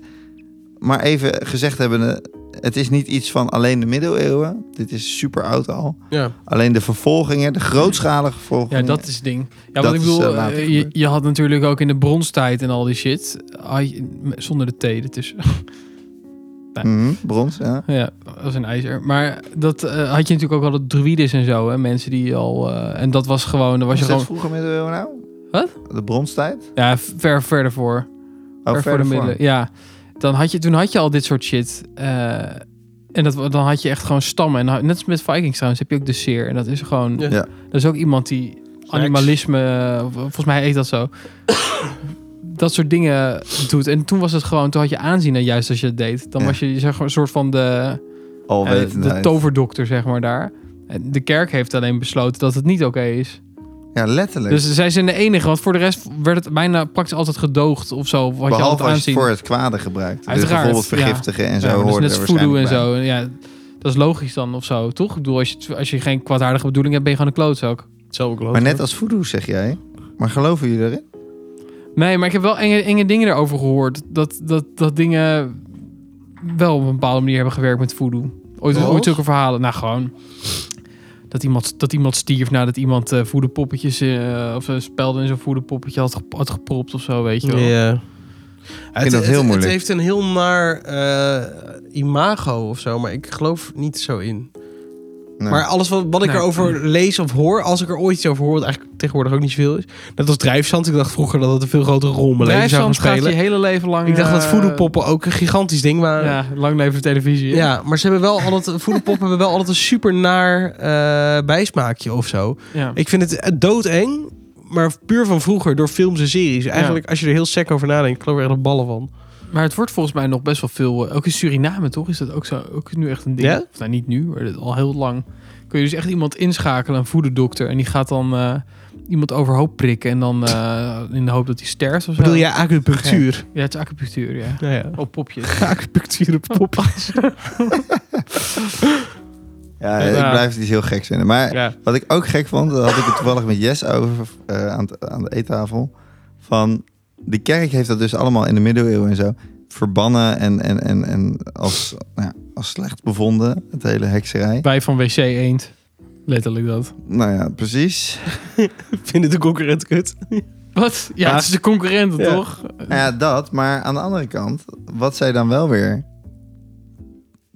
maar even gezegd hebben, het is niet iets van alleen de middeleeuwen. Dit is super oud al.
Ja.
Alleen de vervolgingen, de grootschalige
Ja,
vervolgingen.
dat is het ding. Ja,
Dat
want ik
is,
bedoel,
eh, later
eh, je,
gebeurd.
je had natuurlijk ook in de bronstijd en al die shit. had je- zonder de thee ertussen.
Mhm, brons, ja.
ja, als een ijzer. Maar dat eh, had je natuurlijk ook al de druides en zo. Hè? Mensen die al... eh, en dat was gewoon... Dan was
Was
je
dat
gewoon
vroeger middeleeuwen nou?
Wat?
De bronstijd?
ja, ver verder voor.
Oh,
Ver voor de middelen. Ja, dan had je, toen had je al dit soort shit. eh, en dat, dan had je echt gewoon stammen. En ha- net als met Vikings trouwens heb je ook de seer. En dat is gewoon...
Ja.
Ja.
Dat is ook iemand die animalisme... eh, Volgens mij heet dat zo. dat soort dingen doet. En toen was het gewoon... Toen had je aanzien en juist als je het deed. Dan
Ja.
was je zeg, maar, een soort van de, eh,
Alwetendheid.
de toverdokter, zeg maar, daar. En de kerk heeft alleen besloten dat het niet oké is.
ja, letterlijk.
Dus zij zijn de enige. Want voor de rest werd het bijna praktisch altijd gedoogd of zo. Wat je
Behalve
altijd
als je
aanzien.
het voor het kwade gebruikt. dus
Uiteraard,
bijvoorbeeld
ja.
vergiftigen en zo
Ja, maar dat is
hoort
net
er
als voodoo en
waarschijnlijk bij.
zo. En Ja, dat is logisch dan of zo, toch? Ik bedoel, als je, als je geen kwaadaardige bedoeling hebt, ben je gewoon een klootzak.
Hetzelfde geloof
Maar
ik.
net als voodoo zeg jij. Maar geloven jullie erin?
Nee, maar ik heb wel enge, enge dingen erover gehoord. Dat, dat, dat dingen wel op een bepaalde manier hebben gewerkt met voodoo. Ooit,
Zoals?
ooit zulke verhalen. Nou, gewoon dat iemand, dat iemand stierf nadat iemand eh voederpoppetjes eh, of eh, spelden in zo'n voederpoppetje had, gep- had gepropt of zo, weet je wel.
Ja. Ik
vind dat heel
Het
moeilijk.
heeft een heel naar eh, imago of zo, maar ik geloof niet zo in.
Nee.
Maar alles wat, wat ik
Nee.
erover lees of hoor, als ik er ooit iets over hoor, wat eigenlijk tegenwoordig ook niet zoveel is. Net als drijfzand. Ik dacht vroeger dat het een veel grotere rol in mijn leven zou gaan
Drijfzand gaat je
spelen.
hele leven lang...
Ik dacht dat
eh,
voedelpoppen ook een gigantisch ding waren.
Ja, lang leven televisie. hè?
Ja, maar ze hebben wel altijd, *laughs* voederpoppen hebben wel altijd een super naar eh, bijsmaakje of zo.
ja.
Ik vind het eh, doodeng, maar puur van vroeger door films en series. Eigenlijk, als je er heel sec over nadenkt, ik geloof er echt een ballen van.
Maar het wordt volgens mij nog best wel veel. eh, Ook in Suriname, toch? Is dat ook zo? Ook nu echt een ding?
Ja?
Of nou, niet nu, maar dat al heel lang. Kun je dus echt iemand inschakelen, een voederdokter. En die gaat dan eh, iemand overhoop prikken. En dan eh, in de hoop dat hij sterft of zo.
Bedoel jij acupunctuur?
Ja, het is acupunctuur, ja.
Ja, ja. *laughs*
Op popjes.
Acupunctuur op
*laughs*
poppen.
Ja,
Ja.
ik blijf het iets heel geks vinden. Maar
Ja.
wat ik ook gek vond, daar had ik het toevallig met Jess over eh, aan, t- aan de eettafel. Van de kerk heeft dat dus allemaal in de middeleeuwen en zo verbannen en, en, en, en als, nou ja, als slecht bevonden, het hele hekserij.
Wij van WC Eend. Letterlijk dat.
Nou ja, precies.
Vinden de concurrent kut.
Wat? Ja,
Ja.
het is de concurrent,
Ja.
toch?
Nou ja, dat, maar aan de andere kant, wat zij dan wel weer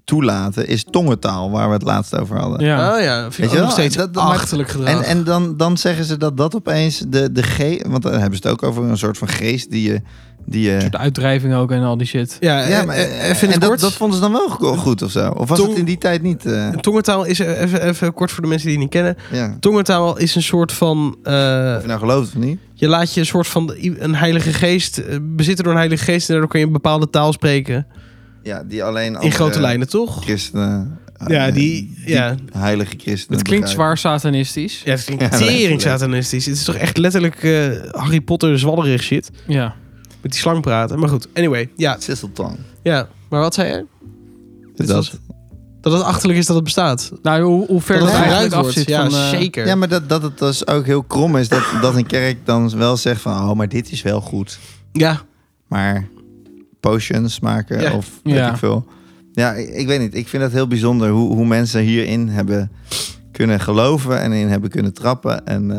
toelaten, is tongentaal, waar we het laatst over hadden.
Ja.
Ah ja, vind ik
Weet je
ook
wel?
nog steeds
Dat-
dat,
dat maakt-
achterlijk gedrag.
En, en dan, dan zeggen ze dat dat opeens de, de G, want dan hebben ze het ook over een soort van geest die je. Die je
De uitdrijving ook en al die shit.
ja,
ja,
maar,
maar, eh,
even in
en
het
dat,
kort.
dat vonden ze dan wel go- goed of zo? Of was
Tong-
het in die tijd niet? eh,
Tongentaal is, eh, even, even kort voor de mensen die het niet kennen.
*laughs* ja.
Tongentaal is een soort van... eh,
Of je nou gelooft of niet?
je laat je een soort van een heilige geest eh, bezitten door een heilige geest. En daardoor kun je een bepaalde taal spreken.
Ja, die alleen.
In
andere
grote lijnen, toch?
Christenen.
Ja,
eh,
die- ja.
Heilige christenen.
Het klinkt
begrijpen.
zwaar satanistisch.
Ja, het klinkt
Ja, dat is
tering
leuk.
satanistisch. Het is toch echt letterlijk eh, Harry Potter zwadderig shit.
Ja.
Met die slang praten. Maar goed, anyway. Ja,
Sisseltong.
ja. maar wat zei je? Dit
Dat.
was- dat het achterlijk is dat het bestaat. Dat
Nou, hoe, hoe ver
het
dat,
gebruikt
eigenlijk af
wordt.
zit
Ja,
van... eh,
zeker.
Ja, maar dat, dat het dus ook heel krom is dat, dat een kerk dan wel zegt van... oh, maar dit is wel goed.
ja.
maar potions maken
Ja.
of weet
Ja.
ik veel. Ja, ik, ik weet niet. Ik vind dat heel bijzonder hoe, hoe mensen hierin hebben kunnen geloven en in hebben kunnen trappen. En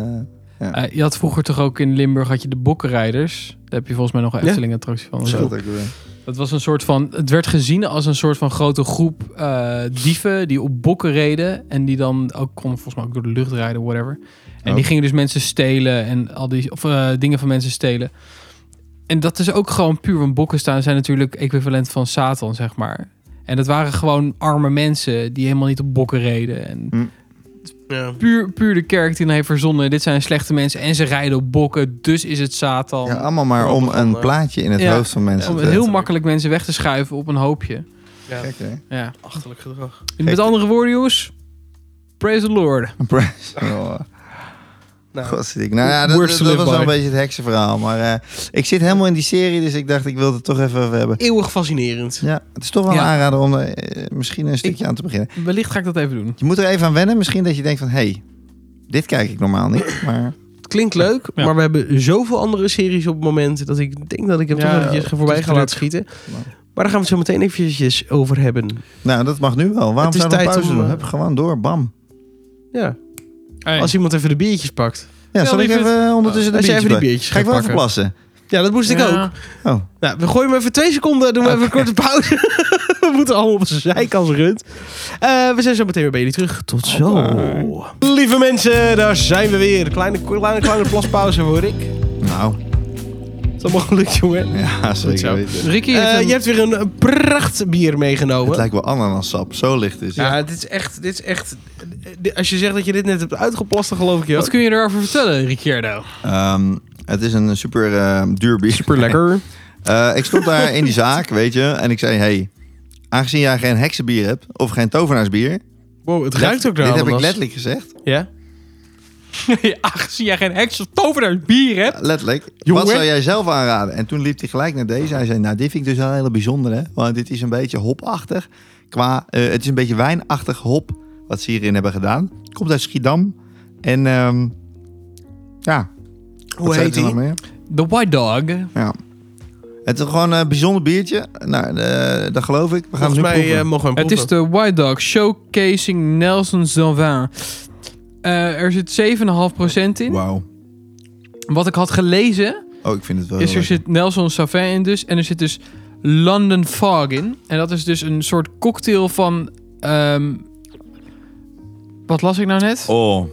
eh,
eh, je had vroeger toch ook in Limburg had je de bokkenrijders. Daar heb je volgens mij nog een
Ja.
Efteling attractie
zo.
van. Zo.
dat eh, ook weer.
Dat was een soort van... Het werd gezien als een soort van grote groep eh, dieven die op bokken reden. En die dan ook konden volgens mij ook door de lucht rijden, whatever. En
Oh.
die gingen dus mensen stelen en al die... Of eh, dingen van mensen stelen. En dat is ook gewoon puur, want bokken staan zijn natuurlijk equivalent van Satan, zeg maar. En dat waren gewoon arme mensen die helemaal niet op bokken reden. En
ja.
puur, puur de kerk die dan heeft verzonnen. Dit zijn slechte mensen en ze rijden op bokken, dus is het Satan.
Ja, allemaal maar om een plaatje in het
Ja.
hoofd van mensen
Om
te
heel makkelijk mensen weg te schuiven op een hoopje.
Gek, *laughs* hè?
Ja.
Achterlijk gedrag.
Met andere woorden, jongens. Praise the Lord.
Prijs. Oh,
Nou,
godsdienst. nou ja, dat,
Words
dat-
to
dat
live
was wel een
by.
beetje het heksenverhaal. Maar eh, ik zit helemaal in die serie, dus ik dacht ik wil het er toch even over hebben.
eeuwig fascinerend.
Ja, het is toch wel
Ja.
een aanrader om er eh, misschien een stukje aan te beginnen.
Wellicht ga ik dat even doen.
Je moet er even aan wennen. Misschien dat je denkt van... hé, hey, dit kijk ik normaal niet. Maar
Het klinkt leuk,
Ja.
maar we hebben zoveel andere series op het moment... dat ik denk dat ik hem
Ja,
toch eventjes voorbij
het
ga
is
laten schieten.
Nou.
Maar daar gaan we het zo meteen eventjes over hebben.
nou, dat mag nu wel. Waarom
Het is
zou we
tijd
pauze
om,
doen?
eh,
Hup, gewoon door. Bam.
Ja,
Hey.
als iemand even de biertjes pakt.
Ja,
Ja,
zal ik
lieverd.
even eh, ondertussen de
Als jij even
biertjes
die
pakken?
biertjes
Ga ik
gaat
wel
pakken.
even plassen.
Ja, dat moest ik ook.
Oh,
Nou, we gooien hem even twee seconden. Doen we even een korte pauze. *laughs* we moeten allemaal op zijn zijk als een rund. Eh, we zijn zo meteen weer bij jullie terug. Tot zo. Lieve mensen, daar zijn we weer. Kleine, kleine, kleine plaspauze hoor ik.
nou. *laughs*
Is allemaal gelukt, jongen.
Ja,
zo.
zeker weten.
Ricky,
Eh,
heeft een-
je hebt weer een, een pracht bier
Het
meegenomen.
lijkt wel ananassap. Zo licht is het.
ja, dit is echt... Dit is echt dit- als je zegt dat je dit net hebt uitgeplast, dan geloof ik je
wat kun je erover vertellen, Ricciardo? *laughs*
Ehm, het is een super eh, duur bier.
lekker.
*laughs* Eh, ik stond daar in die
*laughs*
zaak, weet je. En ik zei, hey, aangezien jij geen heksenbier hebt... of geen tovenaarsbier...
Wow, het ruikt ook naar
Dit heb ik
ananas.
letterlijk gezegd.
Ja?
Ach, zie jij geen heks of tovenaar bier hebt?
Letterlijk.
Jongen.
Wat zou jij zelf aanraden? En toen liep hij gelijk naar deze. Hij zei, nou dit vind ik dus wel een hele bijzondere. Want dit is een beetje hopachtig. Qua, eh, het is een beetje wijnachtig hop. Wat ze hierin hebben gedaan. Komt uit Schiedam. En ehm, ja.
Hoe heet
hij?
die?
The White Dog.
Ja. Het is gewoon een bijzonder biertje. Nou, eh, dat geloof ik. We gaan
Volgens
het nu
mij eh,
proeven.
mogen we hem
Het is
proeven.
de White Dog Showcasing Nelson Sauvin. Eh, er zit 7,5% in.
Wauw.
Wat ik had gelezen,
Oh, ik vind het wel
is
heel
er
lekker.
zit Nelson Sauvin in dus. En er zit dus London Fog in. En dat is dus een soort cocktail van... ehm, wat las ik nou net?
Oh. Ik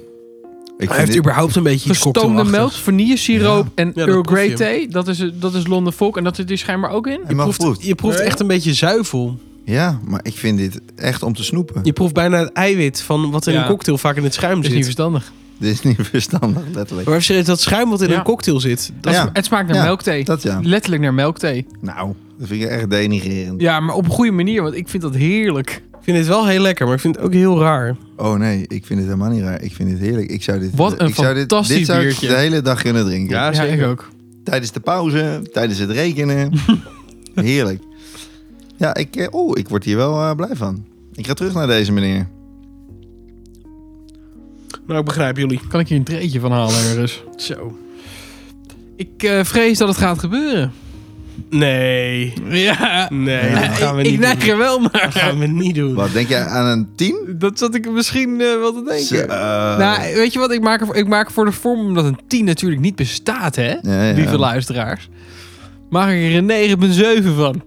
Hij
vind
heeft
dit-
überhaupt een beetje iets
Gestoomde
cocktailachtigs.
melk, vanillesiroop
Ja.
en
dat
Earl
proef
Grey
je.
thee. Dat is, dat is London Fog. En dat zit hier schijnbaar ook in.
Hij mag
proeft,
proeven.
je proeft
Nee.
echt een beetje zuivel.
Ja, maar ik vind dit echt om te snoepen.
Je proeft bijna het eiwit van wat in
Ja.
een cocktail vaak in het schuim
Dat is niet
zit.
verstandig.
Dit is niet *laughs* verstandig, letterlijk.
Maar serieus, dat schuim wat in
Ja.
een cocktail zit. Dat
Ja.
is-
Het smaakt naar
Ja,
melkthee.
Dat ja.
Letterlijk naar melkthee.
Nou, dat vind ik echt denigrerend.
Ja, maar op een goede manier, want ik vind dat heerlijk.
ik vind het wel heel lekker, maar ik vind het ook heel raar.
Oh nee, ik vind het helemaal niet raar. Ik vind het heerlijk. Ik zou dit,
Wat een
ik zou dit,
fantastisch
dit zou ik
biertje.
de hele dag kunnen drinken.
Ja,
Ja, ik
zeker.
ook.
Tijdens de pauze, tijdens het rekenen. heerlijk. Ja, ik, eh, oh, ik word hier wel eh, blij van. Ik ga terug naar deze meneer.
Nou, ik begrijp jullie.
Kan ik hier een treetje van halen ergens?
Zo.
Ik eh, vrees dat het gaat gebeuren.
Nee.
Ja.
Nee,
Ja.
dat gaan we
*laughs* ik
niet
neig
doen.
er wel naar. *laughs*
Dat gaan we niet doen.
Wat denk jij aan een tien?
Dat zat ik misschien eh, wel te denken.
Zo. eh,
Nou, weet je wat? Ik maak, er, ik maak er voor de vorm omdat een 10 natuurlijk niet bestaat, hè?
Ja, ja.
Lieve luisteraars. Maak ik er een 9,7 van.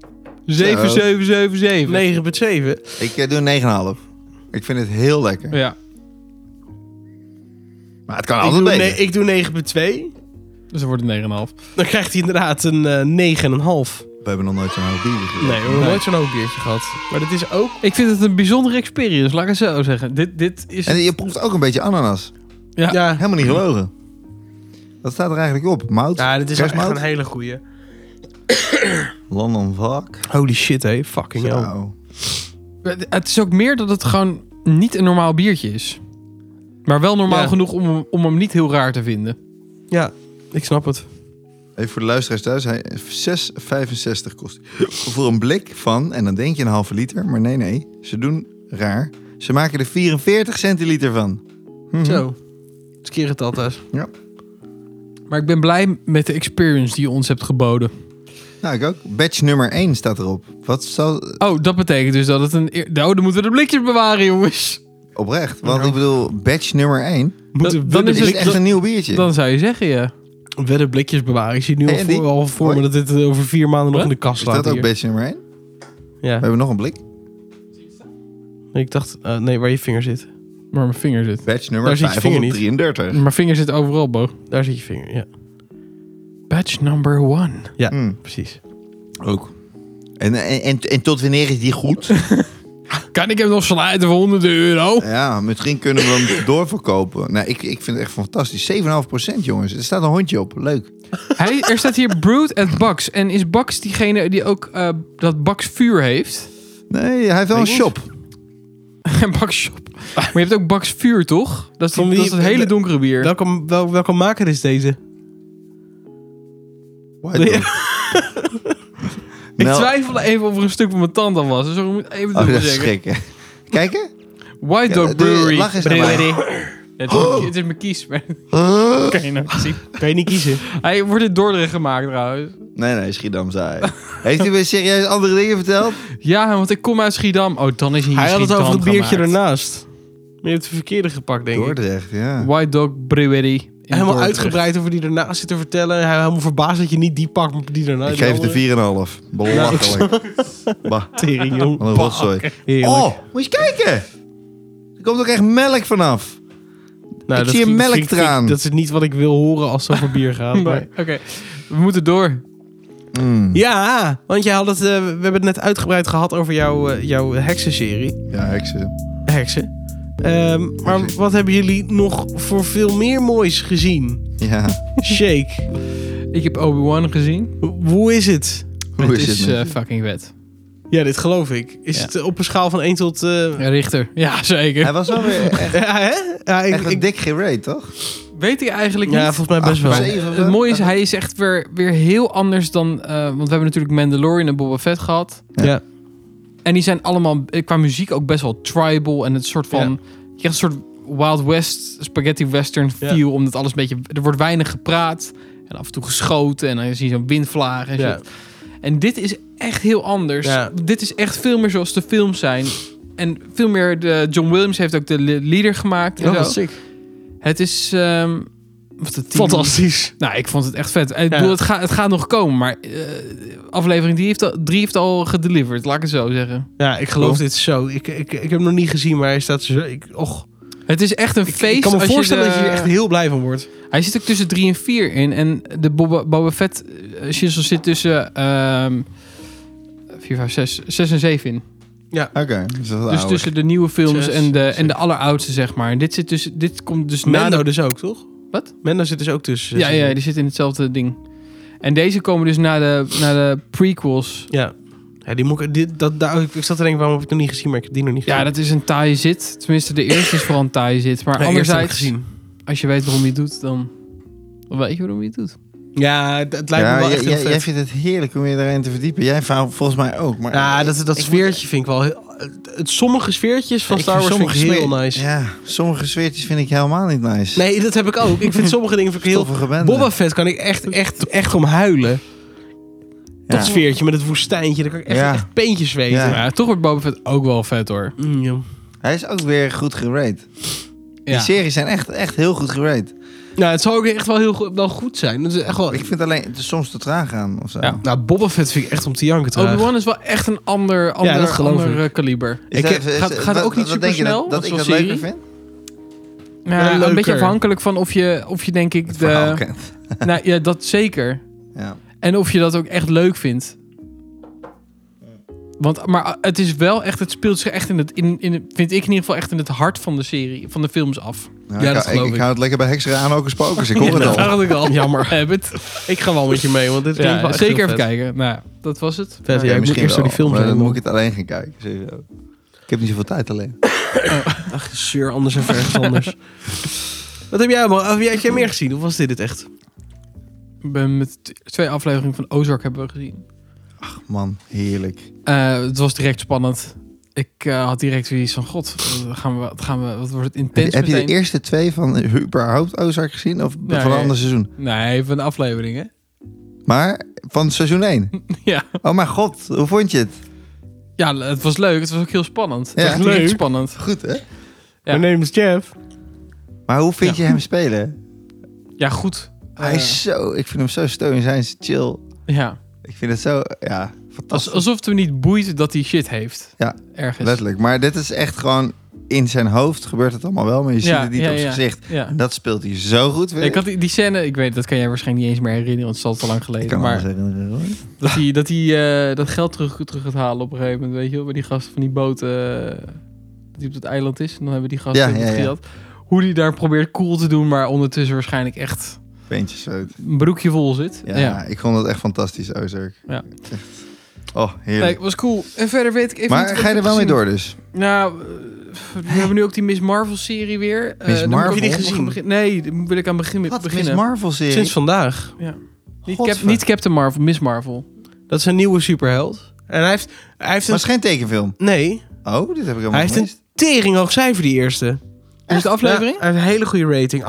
7777.
9,7.
Ik eh, doe 9,5. Ik vind het heel lekker.
Ja,
Maar het kan
Ik
altijd
doe,
beter.
ne- ik doe 9,2.
dus dan wordt het 9,5.
Dan krijgt hij inderdaad een eh 9,5.
We hebben nog nooit zo'n hoog bier. gedronken.
Nee, we hebben
Nee.
nooit zo'n hoog biertje gehad. Maar dat is ook...
Ik vind het een bijzondere experience, laat ik het zo zeggen. Dit, dit is...
En je proeft ook een beetje ananas.
Ja.
Ja, ja,
Helemaal niet gelogen. Wat staat er eigenlijk op? Mout?
dit is echt
Kerstmout?
een hele goeie.
London Valk?
Holy shit, hé. Fucking hell.
Zo.
Het is ook meer dat het gewoon niet een normaal biertje is. Maar wel normaal
Ja.
genoeg om, hem- om hem niet heel raar te vinden.
Ja, ik snap het.
Even voor de luisteraars thuis. Hij 6,65 kost hij. Voor een blik van, en dan denk je een halve liter. Maar nee, nee. Ze doen raar. Ze maken er 44 centiliter van. Mhm.
Zo. Dus keer het altijd.
Maar ik ben blij met de experience die je ons hebt geboden.
Nou, ik ook. Batch nummer 1 staat erop. Wat zal...
Oh, dat betekent dus dat het een... eer- Nou, dan moeten we de blikjes bewaren, jongens.
Oprecht. Want ik bedoel, batch nummer 1
Moeten
dan
we
is
is
de,
het-
blik-
echt een nieuw biertje.
Dan zou je zeggen, ja.
we de blikjes bewaren. Ik zie nu al
Hey, Andy.
voor, al voor me
Hoi.
dat dit eh, over vier maanden nog
Wat?
in de kast
Is
staat.
dat ook
hier.
batch nummer 1? We
Ja.
hebben nog een blik.
Ik dacht, eh, nee, waar je vinger zit.
Maar mijn vinger zit.
Batch
Daar
nummer
zit je vinger niet.
533.
Mijn vinger zit overal, Bo.
Daar zit je vinger, ja.
Batch number one.
Mm,
Precies.
ook. En, en, en, en tot wanneer is die goed?
Kan ik hem nog sluiten voor 100 euro?
Ja, misschien kunnen we hem doorverkopen. Nou, ik, ik vind het echt fantastisch. 7,5% jongens. Er staat een hondje op. Leuk.
Hij, er staat hier Brewed at Bax. En is Bax diegene die ook eh, dat Bax vuur heeft? *laughs*
Nee, hij heeft wel een shop.
Bax shop. Maar je hebt ook Bax vuur, toch? Dat is,
Van
die-
wie-
dat, is dat hele donkere bier.
Welke, wel, welke maker is deze?
White *laughs* Dog.
ik
Mel-
twijfelde even of er een stuk van mijn tand aan was. Dus ik moet
Nou,
even
Oh,
dubbel
dat is
zeggen.
schrikken. Kijken?
White Dog
Ja, doe je-
Brewery.
lach eens naar mij.
Ja, het, is,
Oh.
mijn- het is mijn kies. maar dat *laughs* kan je nou *laughs* niet zien.
Kan je niet kiezen.
Hij wordt in Dordrecht gemaakt trouwens.
Nee, nee, Schiedam saai. Heeft hij weer serieus andere dingen verteld?
Ja, want ik kom uit Schiedam. Oh, dan is hij in
Hij had het
Schiedam
over het biertje
gemaakt.
ernaast. Maar je hebt de verkeerde gepakt, denk ik.
Dordrecht, ja.
White Dog Brewery. in
Helemaal
Dordrecht.
uitgebreid over die ernaast zit te vertellen. Hij was helemaal verbaasd dat je niet die pakt, maar die ernaast.
Ik geef het een 4,5. Belachelijk. Bah, *laughs*
Tering, jong. *laughs*
wat een rotzooi.
Heerlijk. Nou,
Oh, moet je kijken. Er komt ook echt melk vanaf.
Nou,
ik zie een
klinkt-
melktraan.
klinkt- Dat is niet wat ik wil horen als het over bier gaat.
Nee,
maar-
*laughs* Oké, we moeten door.
Mm.
Ja, want jij had het, eh, we hebben het net uitgebreid gehad over jouw, eh, jouw heksenserie.
Ja, heksen.
Heksen. Ehm, maar
Heksen.
wat hebben jullie nog voor veel meer moois gezien?
Ja,
Shake,
Ik heb Obi-Wan gezien.
ho- hoe is het?
hoe
het
is,
is
het nu?
eh, fucking wet.
Ja, dit geloof ik. Is
Ja.
het eh, op een schaal van 1 tot... eh, ja.
Richter. Ja, zeker.
Hij was wel weer
*laughs*
echt,
hè? *laughs* Ja, ik,
echt een
ik-
dik gerate, toch?
Weet ik eigenlijk
ja,
niet. Ah,
volgens mij best wel.
Acht, zeven of zo?
Het mooie is, hij is echt weer, weer heel anders dan... eh, want we hebben natuurlijk Mandalorian en Boba Fett gehad.
Ja.
En die zijn allemaal eh, qua muziek ook best wel tribal. En het soort van...
Ja.
Je krijgt een soort Wild West, spaghetti western
Ja.
feel. Omdat alles een beetje... Er wordt weinig gepraat. En af en toe geschoten. En dan zie je zo'n windvlaag en
Ja.
shit. En dit is echt heel anders.
Ja.
Dit is echt veel meer zoals de films zijn. En veel meer... De, John Williams heeft ook de li- leader gemaakt. En
Oh, wat
zo.
sick.
Het is... ehm, of de team-
Fantastisch.
Nou, ik vond het echt vet. Ik
Ja.
bedoel, het, gaat het gaat nog komen, maar eh, aflevering 3 heeft, al, drie heeft al gedeliverd, laat ik het zo zeggen.
Ja, ik geloof dit zo. Ik, ik, ik heb hem nog niet gezien, maar hij staat zo... Ik, och,
Het is echt een
ik,
feest.
ik kan me
als je
voorstellen
de-
dat je er echt heel blij van wordt.
Hij zit ook tussen 3 en 4 in. En de Boba, Boba Fett eh, shizzle zit tussen ehm 4, 5, 6, 6 en 7 in.
Oké, dus dat is
Dus
ouder.
tussen de nieuwe films
Zes,
en de, en de
zeven.
alleroudste, zeg maar. En dit, zit dus, dit komt dus na de
Mendo dus ook, toch?
Wat?
Mendo zit dus ook tussen.
Ja, ja, die zit in hetzelfde ding. En deze komen dus naar de, naar de prequels.
Ja. Ja, die moet ik, dit, dat, daar, ik ik zat te denken, waarom heb ik het nog niet gezien? Maar ik heb die nog niet gezien.
Ja, dat is een taaie zit. Tenminste, de eerste is vooral een taaie zit. Maar
Nee, eerst heb ik
anderzijds,
gezien.
als je weet waarom je het doet, dan... dan weet je waarom je het doet.
Ja, het het lijkt me
Ja,
wel
jij,
echt heel
jij- jij
vet.
vindt het heerlijk om je erin te verdiepen. Jij vou- volgens mij ook. Maar
Ja, dat, dat
Ik
sfeertje vind ik wel... heel- Het, het- sommige sfeertjes van
Ik
Star
vind
Wars vind ik
sommige
heel
sfeer-
nice.
Ja, sommige sfeertjes vind ik helemaal niet nice.
Nee, dat heb ik ook. Ik vind sommige dingen vind ik
*laughs*
heel...
Stoffige bende.
Boba Fett kan ik echt, echt, echt om huilen. Dat sfeertje met het woestijntje, daar kan ik echt,
Ja.
echt peentjes zweten.
Ja.
Ja.
Maar ja, toch wordt Boba Fett ook wel vet, hoor.
Mm, joh.
Hij is ook weer goed gerate. Die
Ja.
series zijn echt, echt heel goed gerate.
Nou, het zou ook echt wel heel go- wel goed zijn. Dat is echt wel...
Ik vind alleen, het is soms te traag gaan of zo.
Ja.
Nou, Boba Fett vind ik echt om te janken trouwens.
Obi-Wan is wel echt een ander, ander,
dat geloof
ander eh, kaliber.
Is
Ik
dat-
heb-
is-
gaat- gaat
wat-
ook niet
wat denk je dat-
supersnel,
Dat
als
ik dat
zo'n
leuker
serie?
vind?
Ja,
Ja, een
leuker.
beetje afhankelijk van of je, of je denk ik
Het verhaal
de...
kent.
Nou, ja, dat zeker.
Ja.
En of je dat ook echt leuk vindt. Want, maar eh, het is wel echt, het speelt zich echt in het, in, in, het- vind ik in ieder geval echt in het hart van de serie, van de films
*laughs*
af.
Nou,
Ja,
ik,
dat
hou-
geloof
ik, ik
ik.
hou het lekker bij heksen aan, ook spokers. Ik hoor
Ja,
het
dat
al.
had ik
*laughs*
al. Jammer. Heb het.
Ik ga wel met je mee, want dit klinkt wel
Ja,
echt
zeker
heel
even
vet.
kijken. Nou, dat was het.
Vet, ja,
Ja,
ik moet eerst door die film
maar
zijn.
Dan
man.
moet ik het alleen gaan kijken. sowieso. Ik heb niet zoveel tijd alleen.
Ach, zeur, anders even ergens
*laughs*
anders. Wat heb jij, man? Heb jij, heb jij meer gezien? Of was dit het echt?
Ik ben met t- twee afleveringen van Ozark hebben we gezien.
Man, heerlijk.
Eh, het was direct spannend. Ik eh, had direct zoiets van, god, wat gaan we, wat gaan we, wat wordt het
Heb
intens
je, heb je de
meteen.
eerste twee van überhaupt Ozark gezien? Of
Nee.
van een ander seizoen?
Nee, van de afleveringen.
Maar van seizoen 1.
ja.
Oh mijn god, hoe vond je het?
ja, het was leuk. Het was ook heel spannend. Het
Ja.
was direct
Leuk.
spannend.
Goed hè?
Ja.
My name is Jeff.
Maar hoe vind
Ja.
je hem spelen?
Ja, goed.
Hij is zo, ik vind hem zo steun. Hij is chill.
Eh, Ja.
Ik vind het zo, ja, fantastisch.
Als, alsof het hem niet boeit dat hij shit heeft.
Ja,
Ergens.
Letterlijk. Maar dit is echt gewoon in zijn hoofd gebeurt het allemaal wel, maar je ziet
Ja,
het niet
ja,
op zijn
ja.
gezicht.
Ja.
En dat speelt hij zo goed weer.
Ik had die, die scène, ik weet, dat kan jij waarschijnlijk niet eens meer herinneren, want het is al te lang
Ik
geleden.
kan
Maar
alles herinneren. hoor.
dat hij dat, hij, eh, dat geld terug, terug gaat halen op een gegeven moment, weet je wel, bij die gast van die boot eh, dat die op dat eiland is. En dan hebben die gasten
Ja,
het
ja, ja.
gejat. Hoe die daar probeert cool te doen, maar ondertussen waarschijnlijk echt
Beentjes zo.
een broekje vol zit.
Ja, ik vond het echt fantastisch, Ozark.
Ja.
Echt. Oh, heerlijk.
Nee, was cool. En verder weet ik even niet
maar
wat
ga je
ik
er
heb
wel mee
gezien.
door dus?
Nou, eh, we hebben nu ook die Miss Marvel serie weer. Eh,
Miss
daar moet ik ook
Marvel?
nog
Heb je die
aan beginnen. Nee, daar wil ik aan begin,
Wat, Miss
beginnen.
Marvel-serie?
Sinds vandaag.
Niet,
Godver-
Cap- niet Captain Marvel, Miss Marvel.
Dat is een nieuwe superheld. En hij heeft, hij heeft
Maar
een...
het is geen tekenfilm.
Nee,
Oh, dit heb ik helemaal
hij heeft een
gemist.
tering hoog cijfer, die eerste.
Is de aflevering?
Ja, hij heeft een hele goede rating.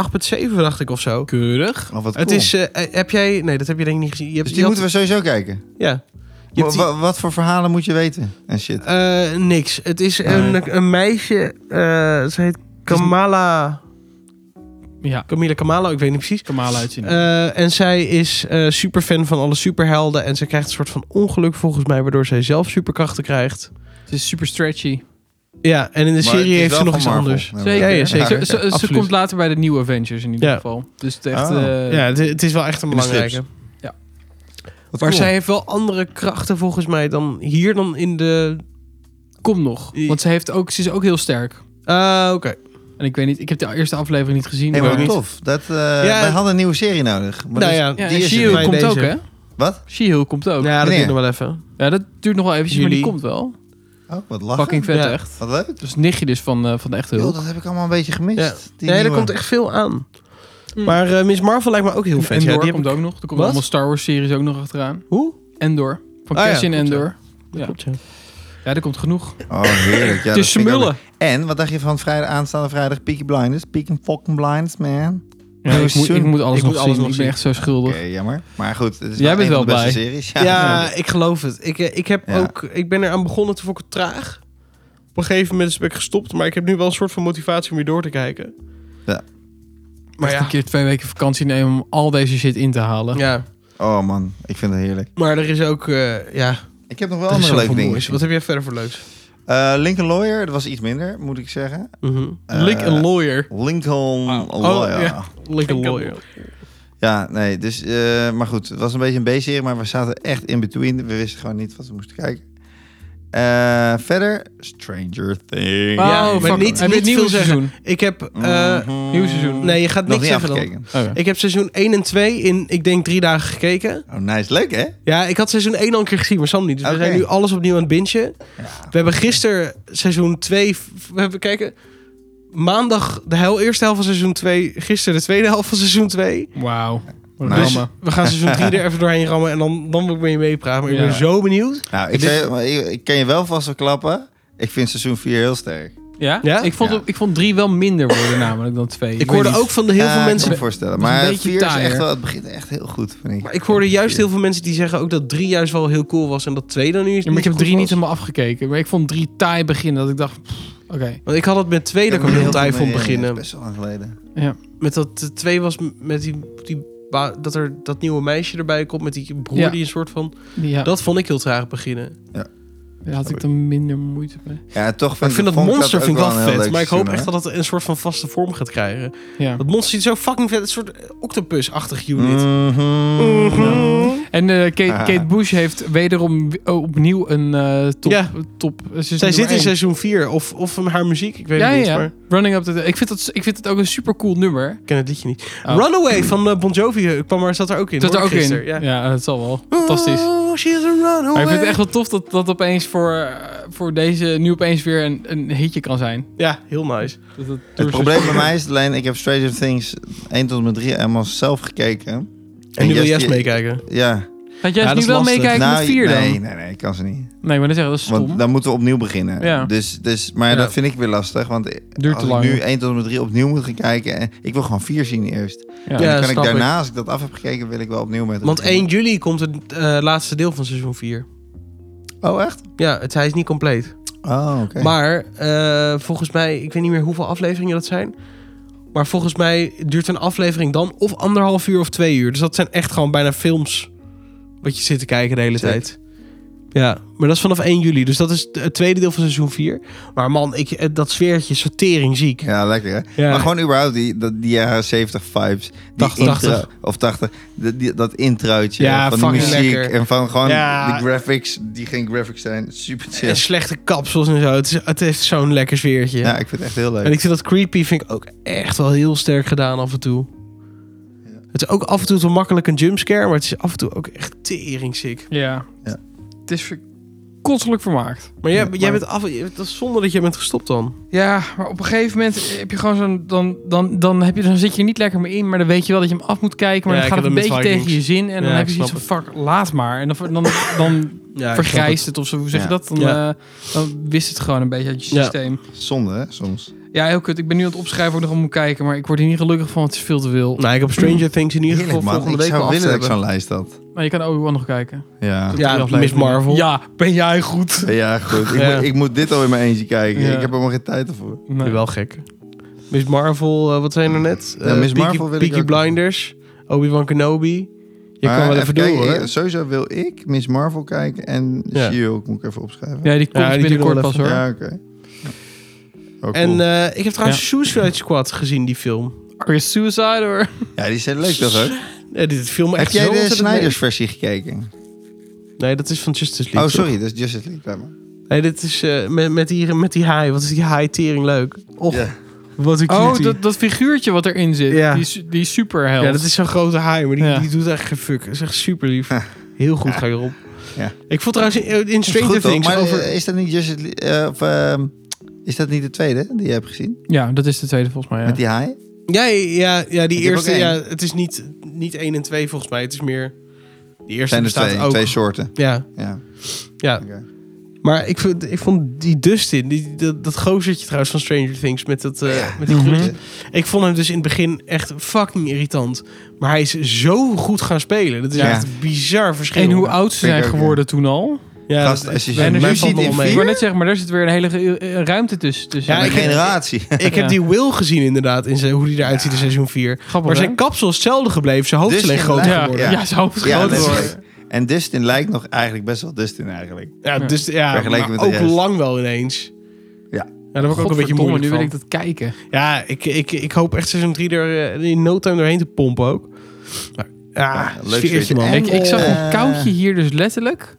8,7 dacht ik of zo.
Keurig.
Oh, wat
Het
cool.
is... eh, heb jij... Nee, dat heb je denk ik niet gezien. Je hebt,
dus die
je had-
moeten we sowieso kijken.
Ja. Je hebt
Wa- wa- wat voor verhalen moet je weten? En shit.
die- eh, niks. Het is
Nee.
een, een meisje... eh, ze heet Kamala...
Ja,
Camila Kamala, ik weet niet precies.
normaal uitzien.
Eh, en zij is eh superfan van alle superhelden. En ze krijgt een soort van ongeluk volgens mij, waardoor zij zelf superkrachten krijgt.
het is super stretchy.
Ja, en in de
Maar het
serie
is
heeft
wel
ze nog
van
iets
Marvel. Nou,
anders.
Ja,
Zeker.
Ja, ja,
Ze-
zeker.
Ze, ze- ze
Absoluut.
komt later bij de nieuwe Avengers in ieder
Ja.
geval. Dus het echt...
Oh.
eh,
ja, het, het is wel echt een
In de strips.
belangrijke.
Wat
Maar
cool.
zij heeft wel andere krachten volgens mij dan hier dan in de...
Kom nog. Want ze, heeft ook, ze is ook heel sterk.
Ah, oké.
En ik weet niet, ik heb de eerste aflevering niet gezien.
Nee,
maar
maar wat
niet.
tof. Dat, eh,
Ja.
Wij hadden een nieuwe serie nodig. Maar
Nou
dus-
ja,
Ja,
die is
en
er
She-Hulk
bij
komt
deze.
ook, hè?
Wat?
She-Hulk komt ook. Ja.
Ja, dat
Wanneer?
duurt nog wel even.
dat duurt nog wel eventjes, maar die
Juli.
komt wel.
Oh, wat lachen.
Fucking vet,
Ja.
echt.
Wat leuk.
Dus nichtje dus van, eh, van de echte
Joh,
Hulk.
dat heb ik allemaal een beetje gemist.
Ja.
Die
Nee, er
nieuwe-
komt echt veel aan.
Mm.
Maar eh, Miss Marvel lijkt me ook heel vet.
Endor
Ja, die heb
komt
ik-
ook nog. Er komen
Wat?
allemaal Star Wars series ook nog achteraan.
Hoe?
Endor. Van
Ah, ja,
Cassian
klopt, ja.
Endor. Ja.
Klopt, ja.
Ja, er komt genoeg.
Oh, heerlijk. Ja, dat
het is
vind ik ook
smullen.
leuk. En, wat dacht je van vrijdag, aanstaande vrijdag? Peaky Blinders. Peaky fucking Blinders, man.
Ja,
Nieuw
ik, moet,
seizoen.
ik moet alles
Ik
nog
moet
zien.
alles nog
ik ben
zien.
echt zo schuldig.
Oké, jammer. Maar goed, het is
Jij bent
een van
wel
de beste
bij.
series. *laughs* Ja,
Ja, ik geloof het. Ik, eh, ik, heb
Ja.
ook, ik ben eraan begonnen, toen vond ik het traag. Op een gegeven moment ben ik gestopt, maar ik heb nu wel een soort van motivatie om weer door te kijken.
Ja.
Maar
Echt
ja,
een keer twee weken vakantie nemen om al deze shit in te halen.
ja,
Oh man, ik vind het heerlijk.
maar er is ook, eh, ja,
Ik heb nog wel
er is
andere leuke
zoveel
dingen.
moois. Wat heb
gezien.
jij verder voor leuks?
Eh, Lincoln Lawyer, dat was iets minder, moet ik zeggen.
Mhm.
Eh,
Lick een lawyer.
Lincoln
Oh,
Lawyer.
ja.
ja.
Lekker
Ik heb-
lawyer.
nee, dus... eh, maar goed, het was een beetje een B-serie, maar we zaten echt in between. We wisten gewoon niet wat we moesten kijken. Eh, verder, Stranger Things.
Ah,
Oh,
maar
fuck.
niet-
Heb je het
niet
nieuwe
veel
seizoen?
Ik heb, eh,
Mhm.
nieuw seizoen.
nee, je gaat
Nog
niks
niet
zeggen dan.
afgekeken.
Oh, ja.
Ik heb seizoen 1 en 2 in, ik denk, drie dagen gekeken.
Oh, nice. Leuk, hè?
Ja, ik had seizoen 1 al een keer gezien, maar Sam niet. Dus we
Oké.
zijn nu alles opnieuw aan het bingen. We hebben gisteren seizoen 2. We hebben kijken. Maandag de hel, eerste helft van seizoen 2. Gisteren de tweede helft van seizoen 2.
Wauw. Wat
Nice.
rammen.
We gaan seizoen
*laughs*
3 er even doorheen rammen en dan, dan wil ik met je meepraten. Maar ik
Ja.
ben zo benieuwd.
Nou, ik,
Dit-
zei- maar ik, ik kan je wel vast wel klappen. Ik vind seizoen 4 heel sterk.
Dus- Ja?
Ja?
Ik, vond,
Ja.
ik vond drie wel minder worden namelijk dan twee.
Ik hoorde
weet niet.
ook van de heel
Ja,
veel
Ik kan
mensen.
me voorstellen.
is een
Maar
beetje
4 is
taaier.
echt wel... Het begint echt heel goed, vind ik.
Maar ik hoorde juist heel veel mensen die zeggen ook dat 3 juist wel heel cool was en dat 2 dan nu.
Ja, maar ik heb drie niet helemaal afgekeken. Maar ik vond drie taai beginnen. Dat ik dacht, pff, Oké.
Want ik had het met twee dat ik
heb
een
er
heel
veel
tijd vond
mee, eh,
beginnen.
Best wel lang geleden.
Met dat eh, twee was m- met die, die ba- dat er dat nieuwe meisje erbij komt met die broer
Ja.
die een soort van.
Ja,
Dat vond ik heel traag beginnen.
daar had ik dan minder moeite mee.
Ja, toch
Maar
vind
ik vind dat
vond
monster
ook
vind ik wel
een heel
vet.
leuk
Maar ik hoop
seizoen,
echt
hoor.
dat het een soort van vaste vorm gaat krijgen.
Ja.
Dat monster ziet er zo fucking vet. Een soort eh, octopus-achtig unit.
Mhm.
Mm.
En eh, Kate,
Ah.
Kate Bush heeft wederom w- opnieuw een eh, top,
Ja.
top. Ze is
Zij
nummer
zit in
één.
seizoen 4 of, of haar muziek. Ik weet
Ja,
het niet,
ja,
maar
ja. Running Up the Hill. Ik vind, dat, ik vind het ook een super cool nummer.
ik ken het liedje niet.
Oh.
Runaway van eh, Bon Jovi eh, kwam er, zat er ook in.
Dat zat er
hoorde
ook
ik gisteren,
in. Ja. dat zal wel. Fantastisch.
Oh, she's a runaway.
Maar ik vind het echt wel tof dat dat opeens voor, eh, voor deze nu opeens weer een, een hitje kan zijn.
Ja, heel nice.
Dat het
Het probleem bij mij is alleen, ik heb Stranger Things 1 tot en met 3 helemaal zelf gekeken.
En nu wil
yes,
jij eens
je-
meekijken.
Ja. Nou,
Had jij
Ja, dat
nu
is
wel
lastig.
meekijken met vier dan?
nee,
Nee,
nee, nee, ik kan ze niet.
maar dat zeggen, dat is stom.
Want nou, dan moeten we opnieuw beginnen.
Ja.
Dus, dus, maar
Ja.
dat vind ik weer lastig. Want
Duurt
als
te lang.
ik nu 1 tot en met 3 opnieuw moet gaan kijken. En ik wil gewoon 4 zien eerst.
Ja.
Ja.
dan kan ik
snap
daarna, als ik dat af heb gekeken, wil ik wel opnieuw met het
Want 1
beginnen.
juli komt het eh, laatste deel van seizoen 4.
Oh, echt?
Ja, het, hij is niet compleet.
Oh, oké.
Maar eh, volgens mij, ik weet niet meer hoeveel afleveringen dat zijn. Maar volgens mij duurt een aflevering dan of anderhalf uur of twee uur. Dus dat zijn echt gewoon bijna films. Wat je zit te kijken de hele
Zeker.
tijd. Ja, maar dat is vanaf 1 juli. Dus dat is t- het tweede deel van seizoen 4. Maar man, ik, eh, dat sfeertje, sortering ziek.
Ja, lekker hè.
Ja.
Maar gewoon überhaupt die, dat- die jaren 70 vibes. Die
80. 80.
Of 80. de- die- dat introotje
Ja,
van de
fucking
muziek.
lekker.
En van gewoon
Ja.
de graphics, die geen graphics zijn. Super chill.
En slechte kapsels en zo. Het, is, het heeft zo'n lekker sfeertje.
Ja, ik vind het echt heel leuk.
En ik vind dat creepy vind ik ook echt wel heel sterk gedaan af en toe.
Ja.
Het is ook af en toe te makkelijk een jumpscare, maar het is af en toe ook echt tering sick.
Ja.
Ja.
Het is ver- kostelijk vermaakt.
Maar jij,
Ja,
jij
maar-
bent af, dat is zonder dat jij bent gestopt dan.
Ja, maar op een gegeven moment heb je gewoon zo'n. Dan, dan, dan, heb je, dan zit je er niet lekker meer in, maar dan weet je wel dat je hem af moet kijken. Maar
Ja,
dan
ik
gaat
heb
het een
dat
beetje
met
tegen je
Vikings.
zin. En
Ja,
dan heb
ik
je zoiets van:
snap
fuck, laat maar. En dan, dan, dan
Ja,
vergrijst het of zo. Hoe zeg je
Ja.
dat? Dan,
Ja.
eh, dan wist het gewoon een beetje uit je
Ja.
systeem.
Zonde hè, soms.
Ja. heel kut. Ik ben nu aan het opschrijven waar ik nog om moet kijken. Maar ik word hier niet gelukkig van, want het is veel te veel.
Nou, ik heb Stranger Things in ieder geval
Mm. Heerlijk man.
volgende
Ik
week
zou
wel af te
willen dat ik
hebben.
zo'n lijst had.
Maar je kan ook wel nog kijken.
Ja.
drie
Ja, Miss
afleveringen.
Marvel.
Ja, ben jij goed?
Ja, goed. Ik,
Ja.
Moet, ik moet dit al in mijn eentje kijken.
Ja.
Ik heb helemaal geen tijd ervoor.
Ben
Nee.
je wel gek. Miss Marvel, eh, wat zijn er net?
Ja,
Eh,
Miss
Peaky-
Marvel wil ik
Peaky
ook.
Blinders, Obi-Wan Kenobi. Je
Maar
kan wel even
even
door,
kijken,
hoor.
eh, Sowieso wil ik Miss Marvel kijken en
Ja.
She-Hulk moet ik even opschrijven.
Ja, die komt
Ja, die
binnenkort
doen we wel
pas hoor.
Ja, oké. Oh, cool.
En eh, ik heb trouwens Suicide Squad gezien, die film.
Are you suicide
*laughs*
or...
ja, die zijn leuk toch, hè?
Ja, dit film
Heb
echt
jij
zo
de
ontzettend mee.
Snyder's versie gekeken?
Nee, dat is van Justice League.
Oh,
toch?
sorry, dat is Justice League. Laat maar.
Nee, dit is eh, met, met, die, met die haai. Wat is die haai tering leuk? Och,
Ja.
wat een
Oh,
cutie.
dat, dat figuurtje wat erin zit.
Ja.
Die, su- die superheld.
Ja, dat is zo'n grote haai, maar die,
Ja.
die doet echt geen fuck. Dat is echt super lief. Heel goed ga je erop.
Ja.
Ik vond trouwens in, in
Is
Stranger
goed, toch?
Things
Maar, eh,
over...
is dat niet Justice League... eh, of, ehm, is dat niet de tweede die je hebt gezien?
Ja, dat is de tweede volgens mij. Ja.
Met die
Dus
haai?
Ja, ja, ja die
Ik heb
eerste...
ook één.
Ja, het is niet, niet één en twee volgens mij. Het is meer... Die eerste
Zijn er
bestaat
twee,
ook. Mhm.
twee soorten.
Ja,
Ja,
ja.
oké.
Maar ik, vond- ik vond die Dustin, die, dat, dat gozertje trouwens van Stranger Things met, dat, eh, met die
Mhm.
groeten. Ik vond hem dus in het begin echt fucking irritant. Maar hij is zo goed gaan spelen. Dat is
Ja.
echt een bizar verschil.
En hoe oud ze
Vind ik
zijn
ook,
geworden toen al.
Ja,
Gast,
dat-
als je
dat-
ze
dat
nu
valt
ziet
nog
in
wel mee.
Ik
vier-
wou net zeggen, maar daar zit weer een hele eh, eh, ruimte tussen. tussen.
Ja,
Een
ik-
generatie.
Ik heb
Ja.
die Will gezien inderdaad, in zijn, hoe die eruit ziet in seizoen 4.
Grappig,
Maar
hè?
zijn kapsel is hetzelfde gebleven. Zijn hoofd is
Dus
alleen
je
groter
lijkt-
ja,
geworden.
ja.
Ja,
Ja.
zijn hoofd is
Ja,
groter
dat is-
geworden.
En Dustin lijkt nog eigenlijk best wel Dustin eigenlijk.
dus ja,
Vergeleken
maar
met de
ook
rest.
lang wel ineens.
Ja.
Ja, daar word ik ook een beetje
Godverdomme,
moeilijk
nu wil
van.
ik dat kijken.
Ja, ik, ik, ik hoop echt seizoen 3 er eh, in no time doorheen te pompen ook. Maar, ja,
Ja, leuk
leuk
sfeertje.
sfeertje man.
En-
Ik, ik zag
eh,
een koudje hier dus letterlijk.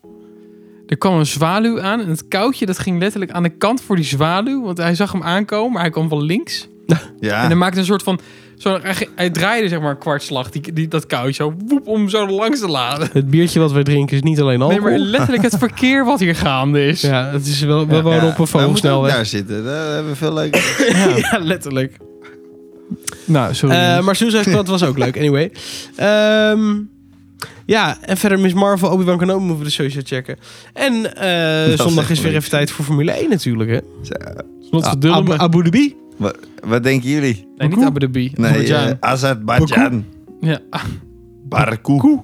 Er kwam een zwaluw aan. En het koudje dat ging letterlijk aan de kant voor die zwaluw. Want hij zag hem aankomen, maar hij kwam van links. En
Ja.
dan maakte een soort van... Zo, hij, hij draaide zeg maar een kwartslag, die, die, dat koudje. Zo woep om zo langs te laden.
Het biertje wat wij drinken is niet alleen
Nee,
alcohol.
maar letterlijk het verkeer wat hier gaande is.
Ja, het is wel, we wonen
Ja,
op een
wij moeten ook
vogelsnelweg.
daar zitten. Daar hebben we veel
*laughs*
leuke...
Ja, letterlijk.
Nou, sorry.
Eh, maar Suicide Squad was ook leuk, anyway. Ehm, ja, en verder Miss Marvel, Obi-Wan Kenobi moeten we dus sowieso checken. En eh,
Dat
zondag is
is echt
weer
leuk.
even tijd voor Formule 1 natuurlijk, hè?
Wat
Ah, Abu, Abu Dhabi.
Wat, wat denken jullie?
Nee, niet Abu Dhabi.
Nee,
Azerbaijan.
eh, Azerbaijan.
ja.
Baku.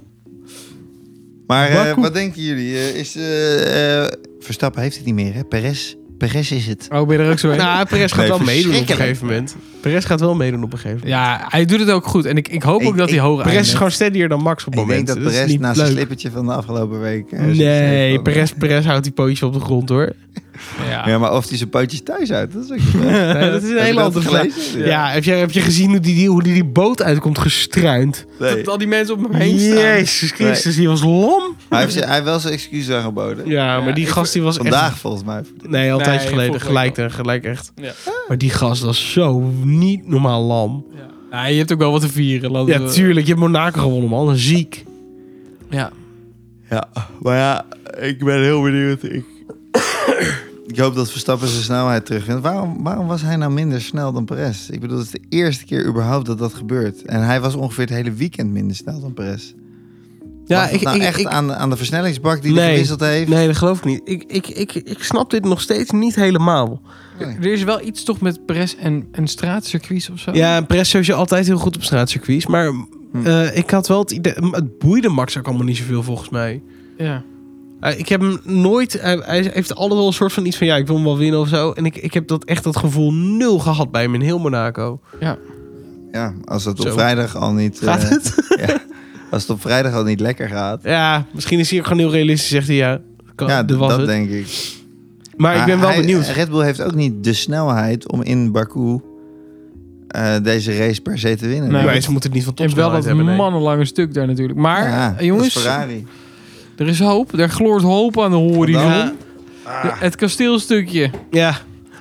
Maar eh,
Baku.
eh, wat denken jullie? Eh, is, eh, eh, Verstappen heeft het niet meer, hè? Perez Perez is het.
Oh, ben je er ook zo heen?
Nou, Perez gaat
Nee,
wel meedoen op een
verschrikkelijk.
gegeven moment. Perez gaat wel meedoen op een gegeven moment.
ja, hij doet het ook goed. En ik, ik hoop
Ik-
ook dat
ik-
hij hoger
Perez is
eindigt.
gewoon steadier dan Max op
Ik
het moment.
denk dat
is
Perez
niet
na zijn
leuk.
slippertje van de afgelopen week... eh, zegt
Nee,
van-
Perez, Perez houdt die pootjes op de grond *laughs* hoor.
Ja.
Ja, maar of hij zijn pootjes thuis uit, dat is ook
*laughs*
niet waar.
Nee, dat is een
Heb je
hele
dat
andere vraag.
gelezen?
Ja, heb, je, heb je gezien hoe die, die- hoe die, die boot uitkomt gestruind?
Nee.
Dat al die mensen om hem heen staan.
Jezus Christus, die was lom.
Maar hij heeft, hij heeft wel zijn excuses aangeboden.
Ja, maar
Ja,
die
ik-
gast die was
Vandaag volgens mij.
echt... Nee, al een tijdje
Nee,
geleden.
vorige
Gelijk,
week
en gelijk echt.
Ja.
Maar die gast was zo niet normaal lam. Eh,
Ja. Ja, je hebt ook wel wat te vieren. laten
Ja,
we-
tuurlijk. Je hebt Monaco gewonnen, man. Ziek.
Ja.
Ja, maar ja, ik ben heel benieuwd. Ik, *coughs* ik hoop dat Verstappen zijn snelheid terugvindt. Waarom, waarom was hij nou minder snel dan Perez? Ik bedoel, het is de eerste keer überhaupt dat dat gebeurt. En hij was ongeveer het hele weekend minder snel dan Perez.
Ja,
Lag dat
ik,
nou
ik,
echt
ik-
aan, aan de versnellingsbak die hij
Nee.
gewisseld heeft.
nee, dat geloof ik niet. Ik, ik, ik, ik snap dit nog steeds niet helemaal.
Nee.
Er is wel iets toch met Perez en, en straatcircuits of zo?
Ja, Perez is sowieso altijd heel goed op straatcircuits. Maar eh, ik had wel het idee... Het boeide Max ook allemaal niet zoveel, volgens mij.
Ja.
Eh, ik heb hem nooit... hij- hij heeft altijd wel een soort van iets van... Ja, ik wil hem wel winnen of zo. En ik, ik heb dat, echt dat gevoel nul gehad bij hem in heel Monaco.
Ja, als het
Zo.
op vrijdag al niet...
Gaat
eh,
het? *laughs*
ja, als het op vrijdag al niet lekker gaat.
Ja, misschien is hij ook gewoon heel realistisch. Zegt hij, ja, kan,
Ja,
dit
dat,
was het.
denk ik.
Maar ik ben wel
hij-
benieuwd.
Red Bull heeft ook niet de snelheid om in Baku eh, deze race per se te winnen.
Nee,
Nee,
Dat-
maar ze moeten het niet van
En wel
topsnelheid
dat
hebben, nee.
mannenlange stuk daar natuurlijk. Maar
Ja,
eh, jongens,
dat is Ferrari.
er is hoop. Er gloort hoop aan de horizon.
Ja. Ah.
De- Het kasteelstukje.
Ja,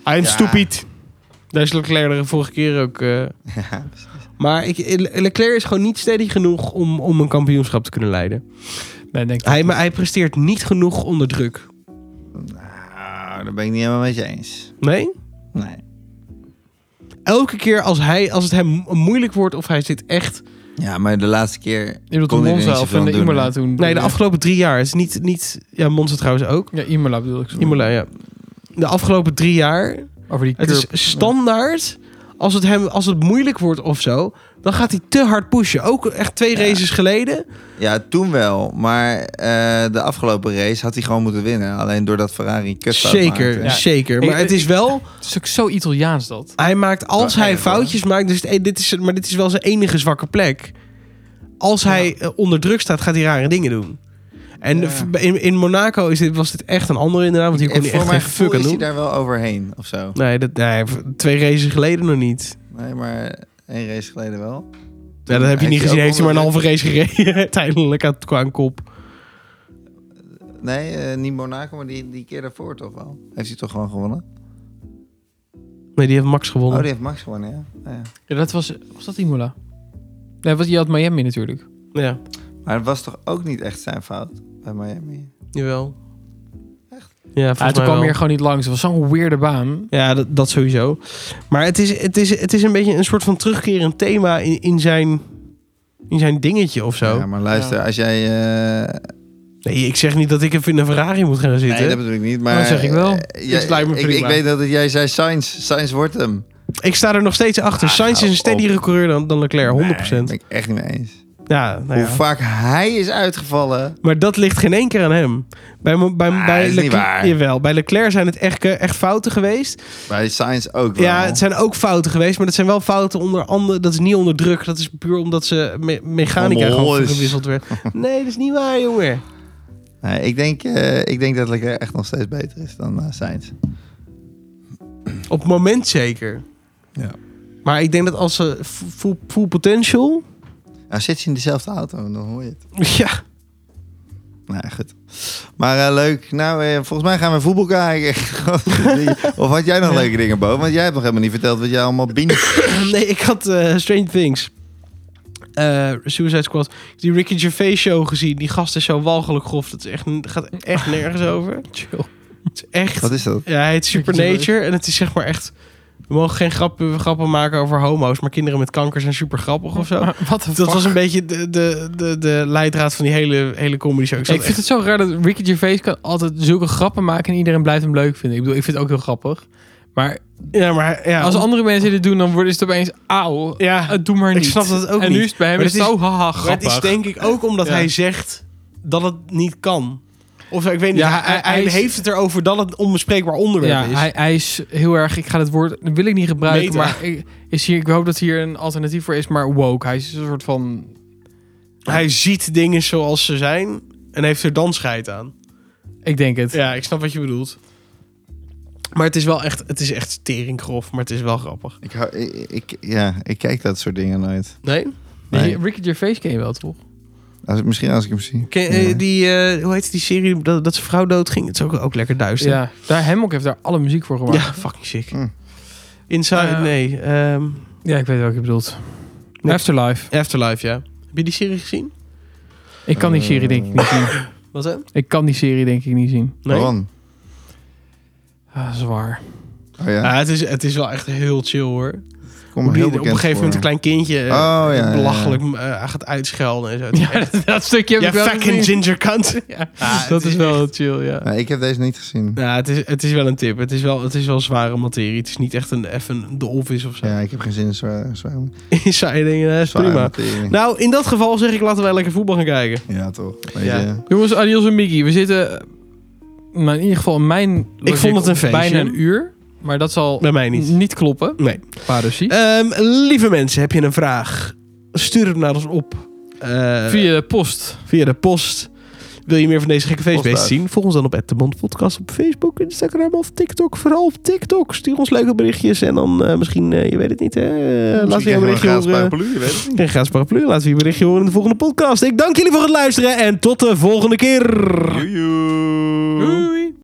I'm
Ja.
stupid. Daar is Leclerc de vorige keer ook... eh,
Ja,
Maar ik, eh, Le- Leclerc is gewoon niet steady genoeg om, om een kampioenschap te kunnen leiden.
Nee, denk ik
Hij, maar hij presteert niet genoeg onder druk.
*laughs* nou, daar ben ik niet helemaal met je eens.
Nee?
Nee.
Elke keer als, hij, als het hem mo- moeilijk wordt of hij zit echt...
Ja, maar de laatste keer
Je bedoelt
kon hij er niet
Monza of
zoveel
in
aan
de
doen.
Imola toen?
Nee,
eh,
de afgelopen drie jaar is niet... niet ja, Monza trouwens ook.
Ja, Imola bedoel ik.
Imola, ja. De afgelopen drie jaar...
Over die
Het
curb.
is standaard... Als het, hem, als het moeilijk wordt of zo, dan gaat hij te hard pushen. Ook echt twee races geleden.
Ja, toen wel. Maar eh, de afgelopen race had hij gewoon moeten winnen. Alleen doordat Ferrari kut
Zeker,
Ja.
zeker.
Ik-
Maar het is wel...
Het is ook zo Italiaans dat.
Hij maakt als
Ja,
hij
eigenlijk
foutjes maakt, dus eh, dit is, maar dit is wel zijn enige zwakke plek. Als hij eh, onder druk staat, gaat hij rare dingen doen. En
Ja.
v- in, in Monaco is dit, was dit echt een andere inderdaad, want hier kon
En
hij
voor
echt
mijn
geen
gevoel
fuck aan
is hij
doen.
daar wel overheen of zo.
Nee, dat, nee, v- twee races geleden nog niet.
Nee, maar één race geleden wel.
Ja, dat heb je
Heeft
niet
hij
gezien,
ook
heeft hij maar een halve
onder
race gereden *laughs* uiteindelijk aan, qua een kop.
Nee, eh, niet Monaco, maar die, die keer daarvoor toch wel. Heeft hij toch gewoon gewonnen?
Nee, die heeft Max
Oh,
gewonnen.
die heeft Max gewonnen, ja. Oh, Ja, ja.
Ja, dat was... Was dat Imola? Nee, wat, je had Miami natuurlijk.
Ja,
Maar het was toch ook niet echt zijn fout bij Miami?
jawel. Echt? Ja, volgens
Ja, toen
mij
kwam
wel.
je er gewoon niet langs. Het was zo'n weirde baan.
Ja, dat, dat sowieso. Maar het is, het, is, het is een beetje een soort van terugkerend thema in, in, zijn, in zijn dingetje of zo.
Ja, maar luister,
Ja.
als jij... eh,
Nee, ik zeg niet dat ik even in een Ferrari moet gaan zitten.
Nee, dat bedoel ik niet, maar...
Dat Oh, zeg ik wel.
eh, jij-
Het lijkt me
ik, ik
prima.
weet dat jij zei Sainz. Sainz wordt hem.
Ik sta er nog steeds achter.
Ah,
Sainz is
hou
een steadiere coureur dan, dan Leclerc, 100%.
Daar ben ik echt niet mee eens.
Ja, nou ja.
Hoe vaak hij is uitgevallen.
Maar dat ligt geen één keer aan hem. Bij, mo- bij,
Ah,
bij,
dat is niet waar.
Jawel, bij Leclerc zijn het echt, eh, echt fouten geweest.
Bij Sainz ook wel.
Ja, het zijn ook fouten geweest. Maar dat zijn wel fouten onder andere... Dat is niet onder druk. Dat is puur omdat ze me- mechanica
Allemaal
gewoon
hoes.
gewisseld werd. *laughs* Nee, dat is niet waar, jongen.
Nee, ik, denk, eh, ik denk dat Leclerc echt nog steeds beter is dan eh, Sainz.
Op het moment zeker.
Ja.
Maar ik denk dat als ze f- full, full potential... *laughs*
Nou, zit je in dezelfde auto, dan hoor je het.
Ja, *clears throat*
Nou, ja, goed. Maar eh, leuk. Nou, eh, volgens mij gaan we voetbal kijken. *laughs* of had jij nog leuke dingen, Bo? Want jij hebt nog helemaal niet verteld wat jij allemaal binge...
nee, ik had eh, Strange Things. Eh, Suicide Squad. Die Ricky Gervais show gezien. Die gast is zo walgelijk grof. Dat is echt, dat gaat echt nergens over.
Chill.
Het is echt...
*laughs* Wat is dat?
Ja, hij heet Supernature. En het is zeg maar echt... We mogen geen grappen, grappen maken over homo's. Maar kinderen met kanker zijn super grappig of *laughs* zo.
Maar wat een
Dat was een beetje de, de, de, de leidraad van die hele, hele comedy show. Ik
Ik
zat
vind het zo raar dat Ricky Gervais kan altijd zulke grappen maken en iedereen blijft hem leuk vinden. Ik bedoel, ik vind het ook heel grappig. Maar
echt- ja, maar hij- ja,
als andere mensen dit doen, dan worden ze opeens auw.
ja,
eh, Doe maar
Ik
niet.
snap dat ook
en
niet.
nu is het bij hem
Maar
is
het is-
zo haha
Maar het
grappig.
is denk ik ook omdat
Ja.
hij zegt dat het niet kan. Of ik weet niet,
Ja,
hij,
hij
hij
is-
heeft het erover dat het een onbespreekbaar onderwerp
Ja,
is.
hij, hij is heel erg. Ik ga het woord. Dat wil ik niet gebruiken.
Meta.
Maar ik, is hier, ik hoop dat hier een alternatief voor is. Maar woke. Hij is een soort van.
Hij ziet dingen zoals ze zijn en heeft er dan scheid aan.
Ik denk
*laughs*
het.
Ja, ik snap wat je bedoelt. Maar het is wel echt, het is echt teringgrof, maar het is wel grappig.
Ik, hou- ik, ik- ja, ik kijk dat soort dingen nooit.
Nee?
Nee.
Die Ricky Gervais ken je wel toch?
Als, misschien als ik hem zie.
Ken- eh,
Ja.
die, eh, hoe heet die serie dat, dat zijn vrouw doodging? Het is ook, ook lekker duister.
Ja. Daar Hemmock heeft daar alle muziek voor gemaakt.
Ja, fucking sick.
Hm.
Inside,
Eh,
nee. ehm,
Ja, ik weet wat je bedoelt.
Nee.
Afterlife.
Afterlife, ja. Heb je die serie gezien?
Ik kan die serie denk ik niet
*laughs*
zien.
Wat hè? Nee.
Ik kan die serie denk ik niet zien.
Waarom?
Ah, zwaar.
Oh ja,
Ah, het, is, het is wel echt heel chill hoor.
kom
Hoe
me
die
heel
op een
bekend
gegeven moment een klein
voor.
kindje eh,
Oh, ja, ja, ja.
belachelijk eh, gaat uitschelden en zo. Het is
Ja,
echt-
*laughs* dat, dat stukje heb
Jij
ik wel
fucking
gezien.
ginger cunt.
Ja,
Ah, het
dat
is
is wel chill, ja.
Nee, ik heb deze niet gezien.
Ja, het is, het is wel een tip. Het is wel, het is wel zware materie. Het is niet echt een even de office of zo. *laughs*
Ja, ik heb geen zin in zwaar. zwaar,
Inside dingen, dat is
zwaar
prima.
materie.
Nou, in dat geval zeg ik laten wij lekker voetbal gaan kijken.
Ja, toch. Weet
Ja. Eh,
je.
Jongens, adios en Miggy. We zitten, eh, nou, in ieder geval in mijn logic
vond het een
op
feestje.
bijna een uur. Maar dat zal
Bij mij niet.
niet kloppen. dus,
Nee.
Parousie.
Ehm, lieve mensen, heb je een vraag? Stuur hem naar ons op. Eh,
Via de post.
via de post. Wil je meer van deze gekke feestbeesten
Postduif.
zien? Volg ons dan op de Podcast op Facebook, Instagram of TikTok. Vooral op TikTok. Stuur ons leuke berichtjes en dan eh, misschien, eh, je weet het niet, hè? Eh,
Misschien
laat
krijgen
je
we een
berichtje
gratis
horen.
paraplu, je weet het niet.
En gratis paraplu. Laten we je berichtje horen in de volgende podcast. Ik dank jullie voor het luisteren en tot de volgende keer.
Joejoe.
eh,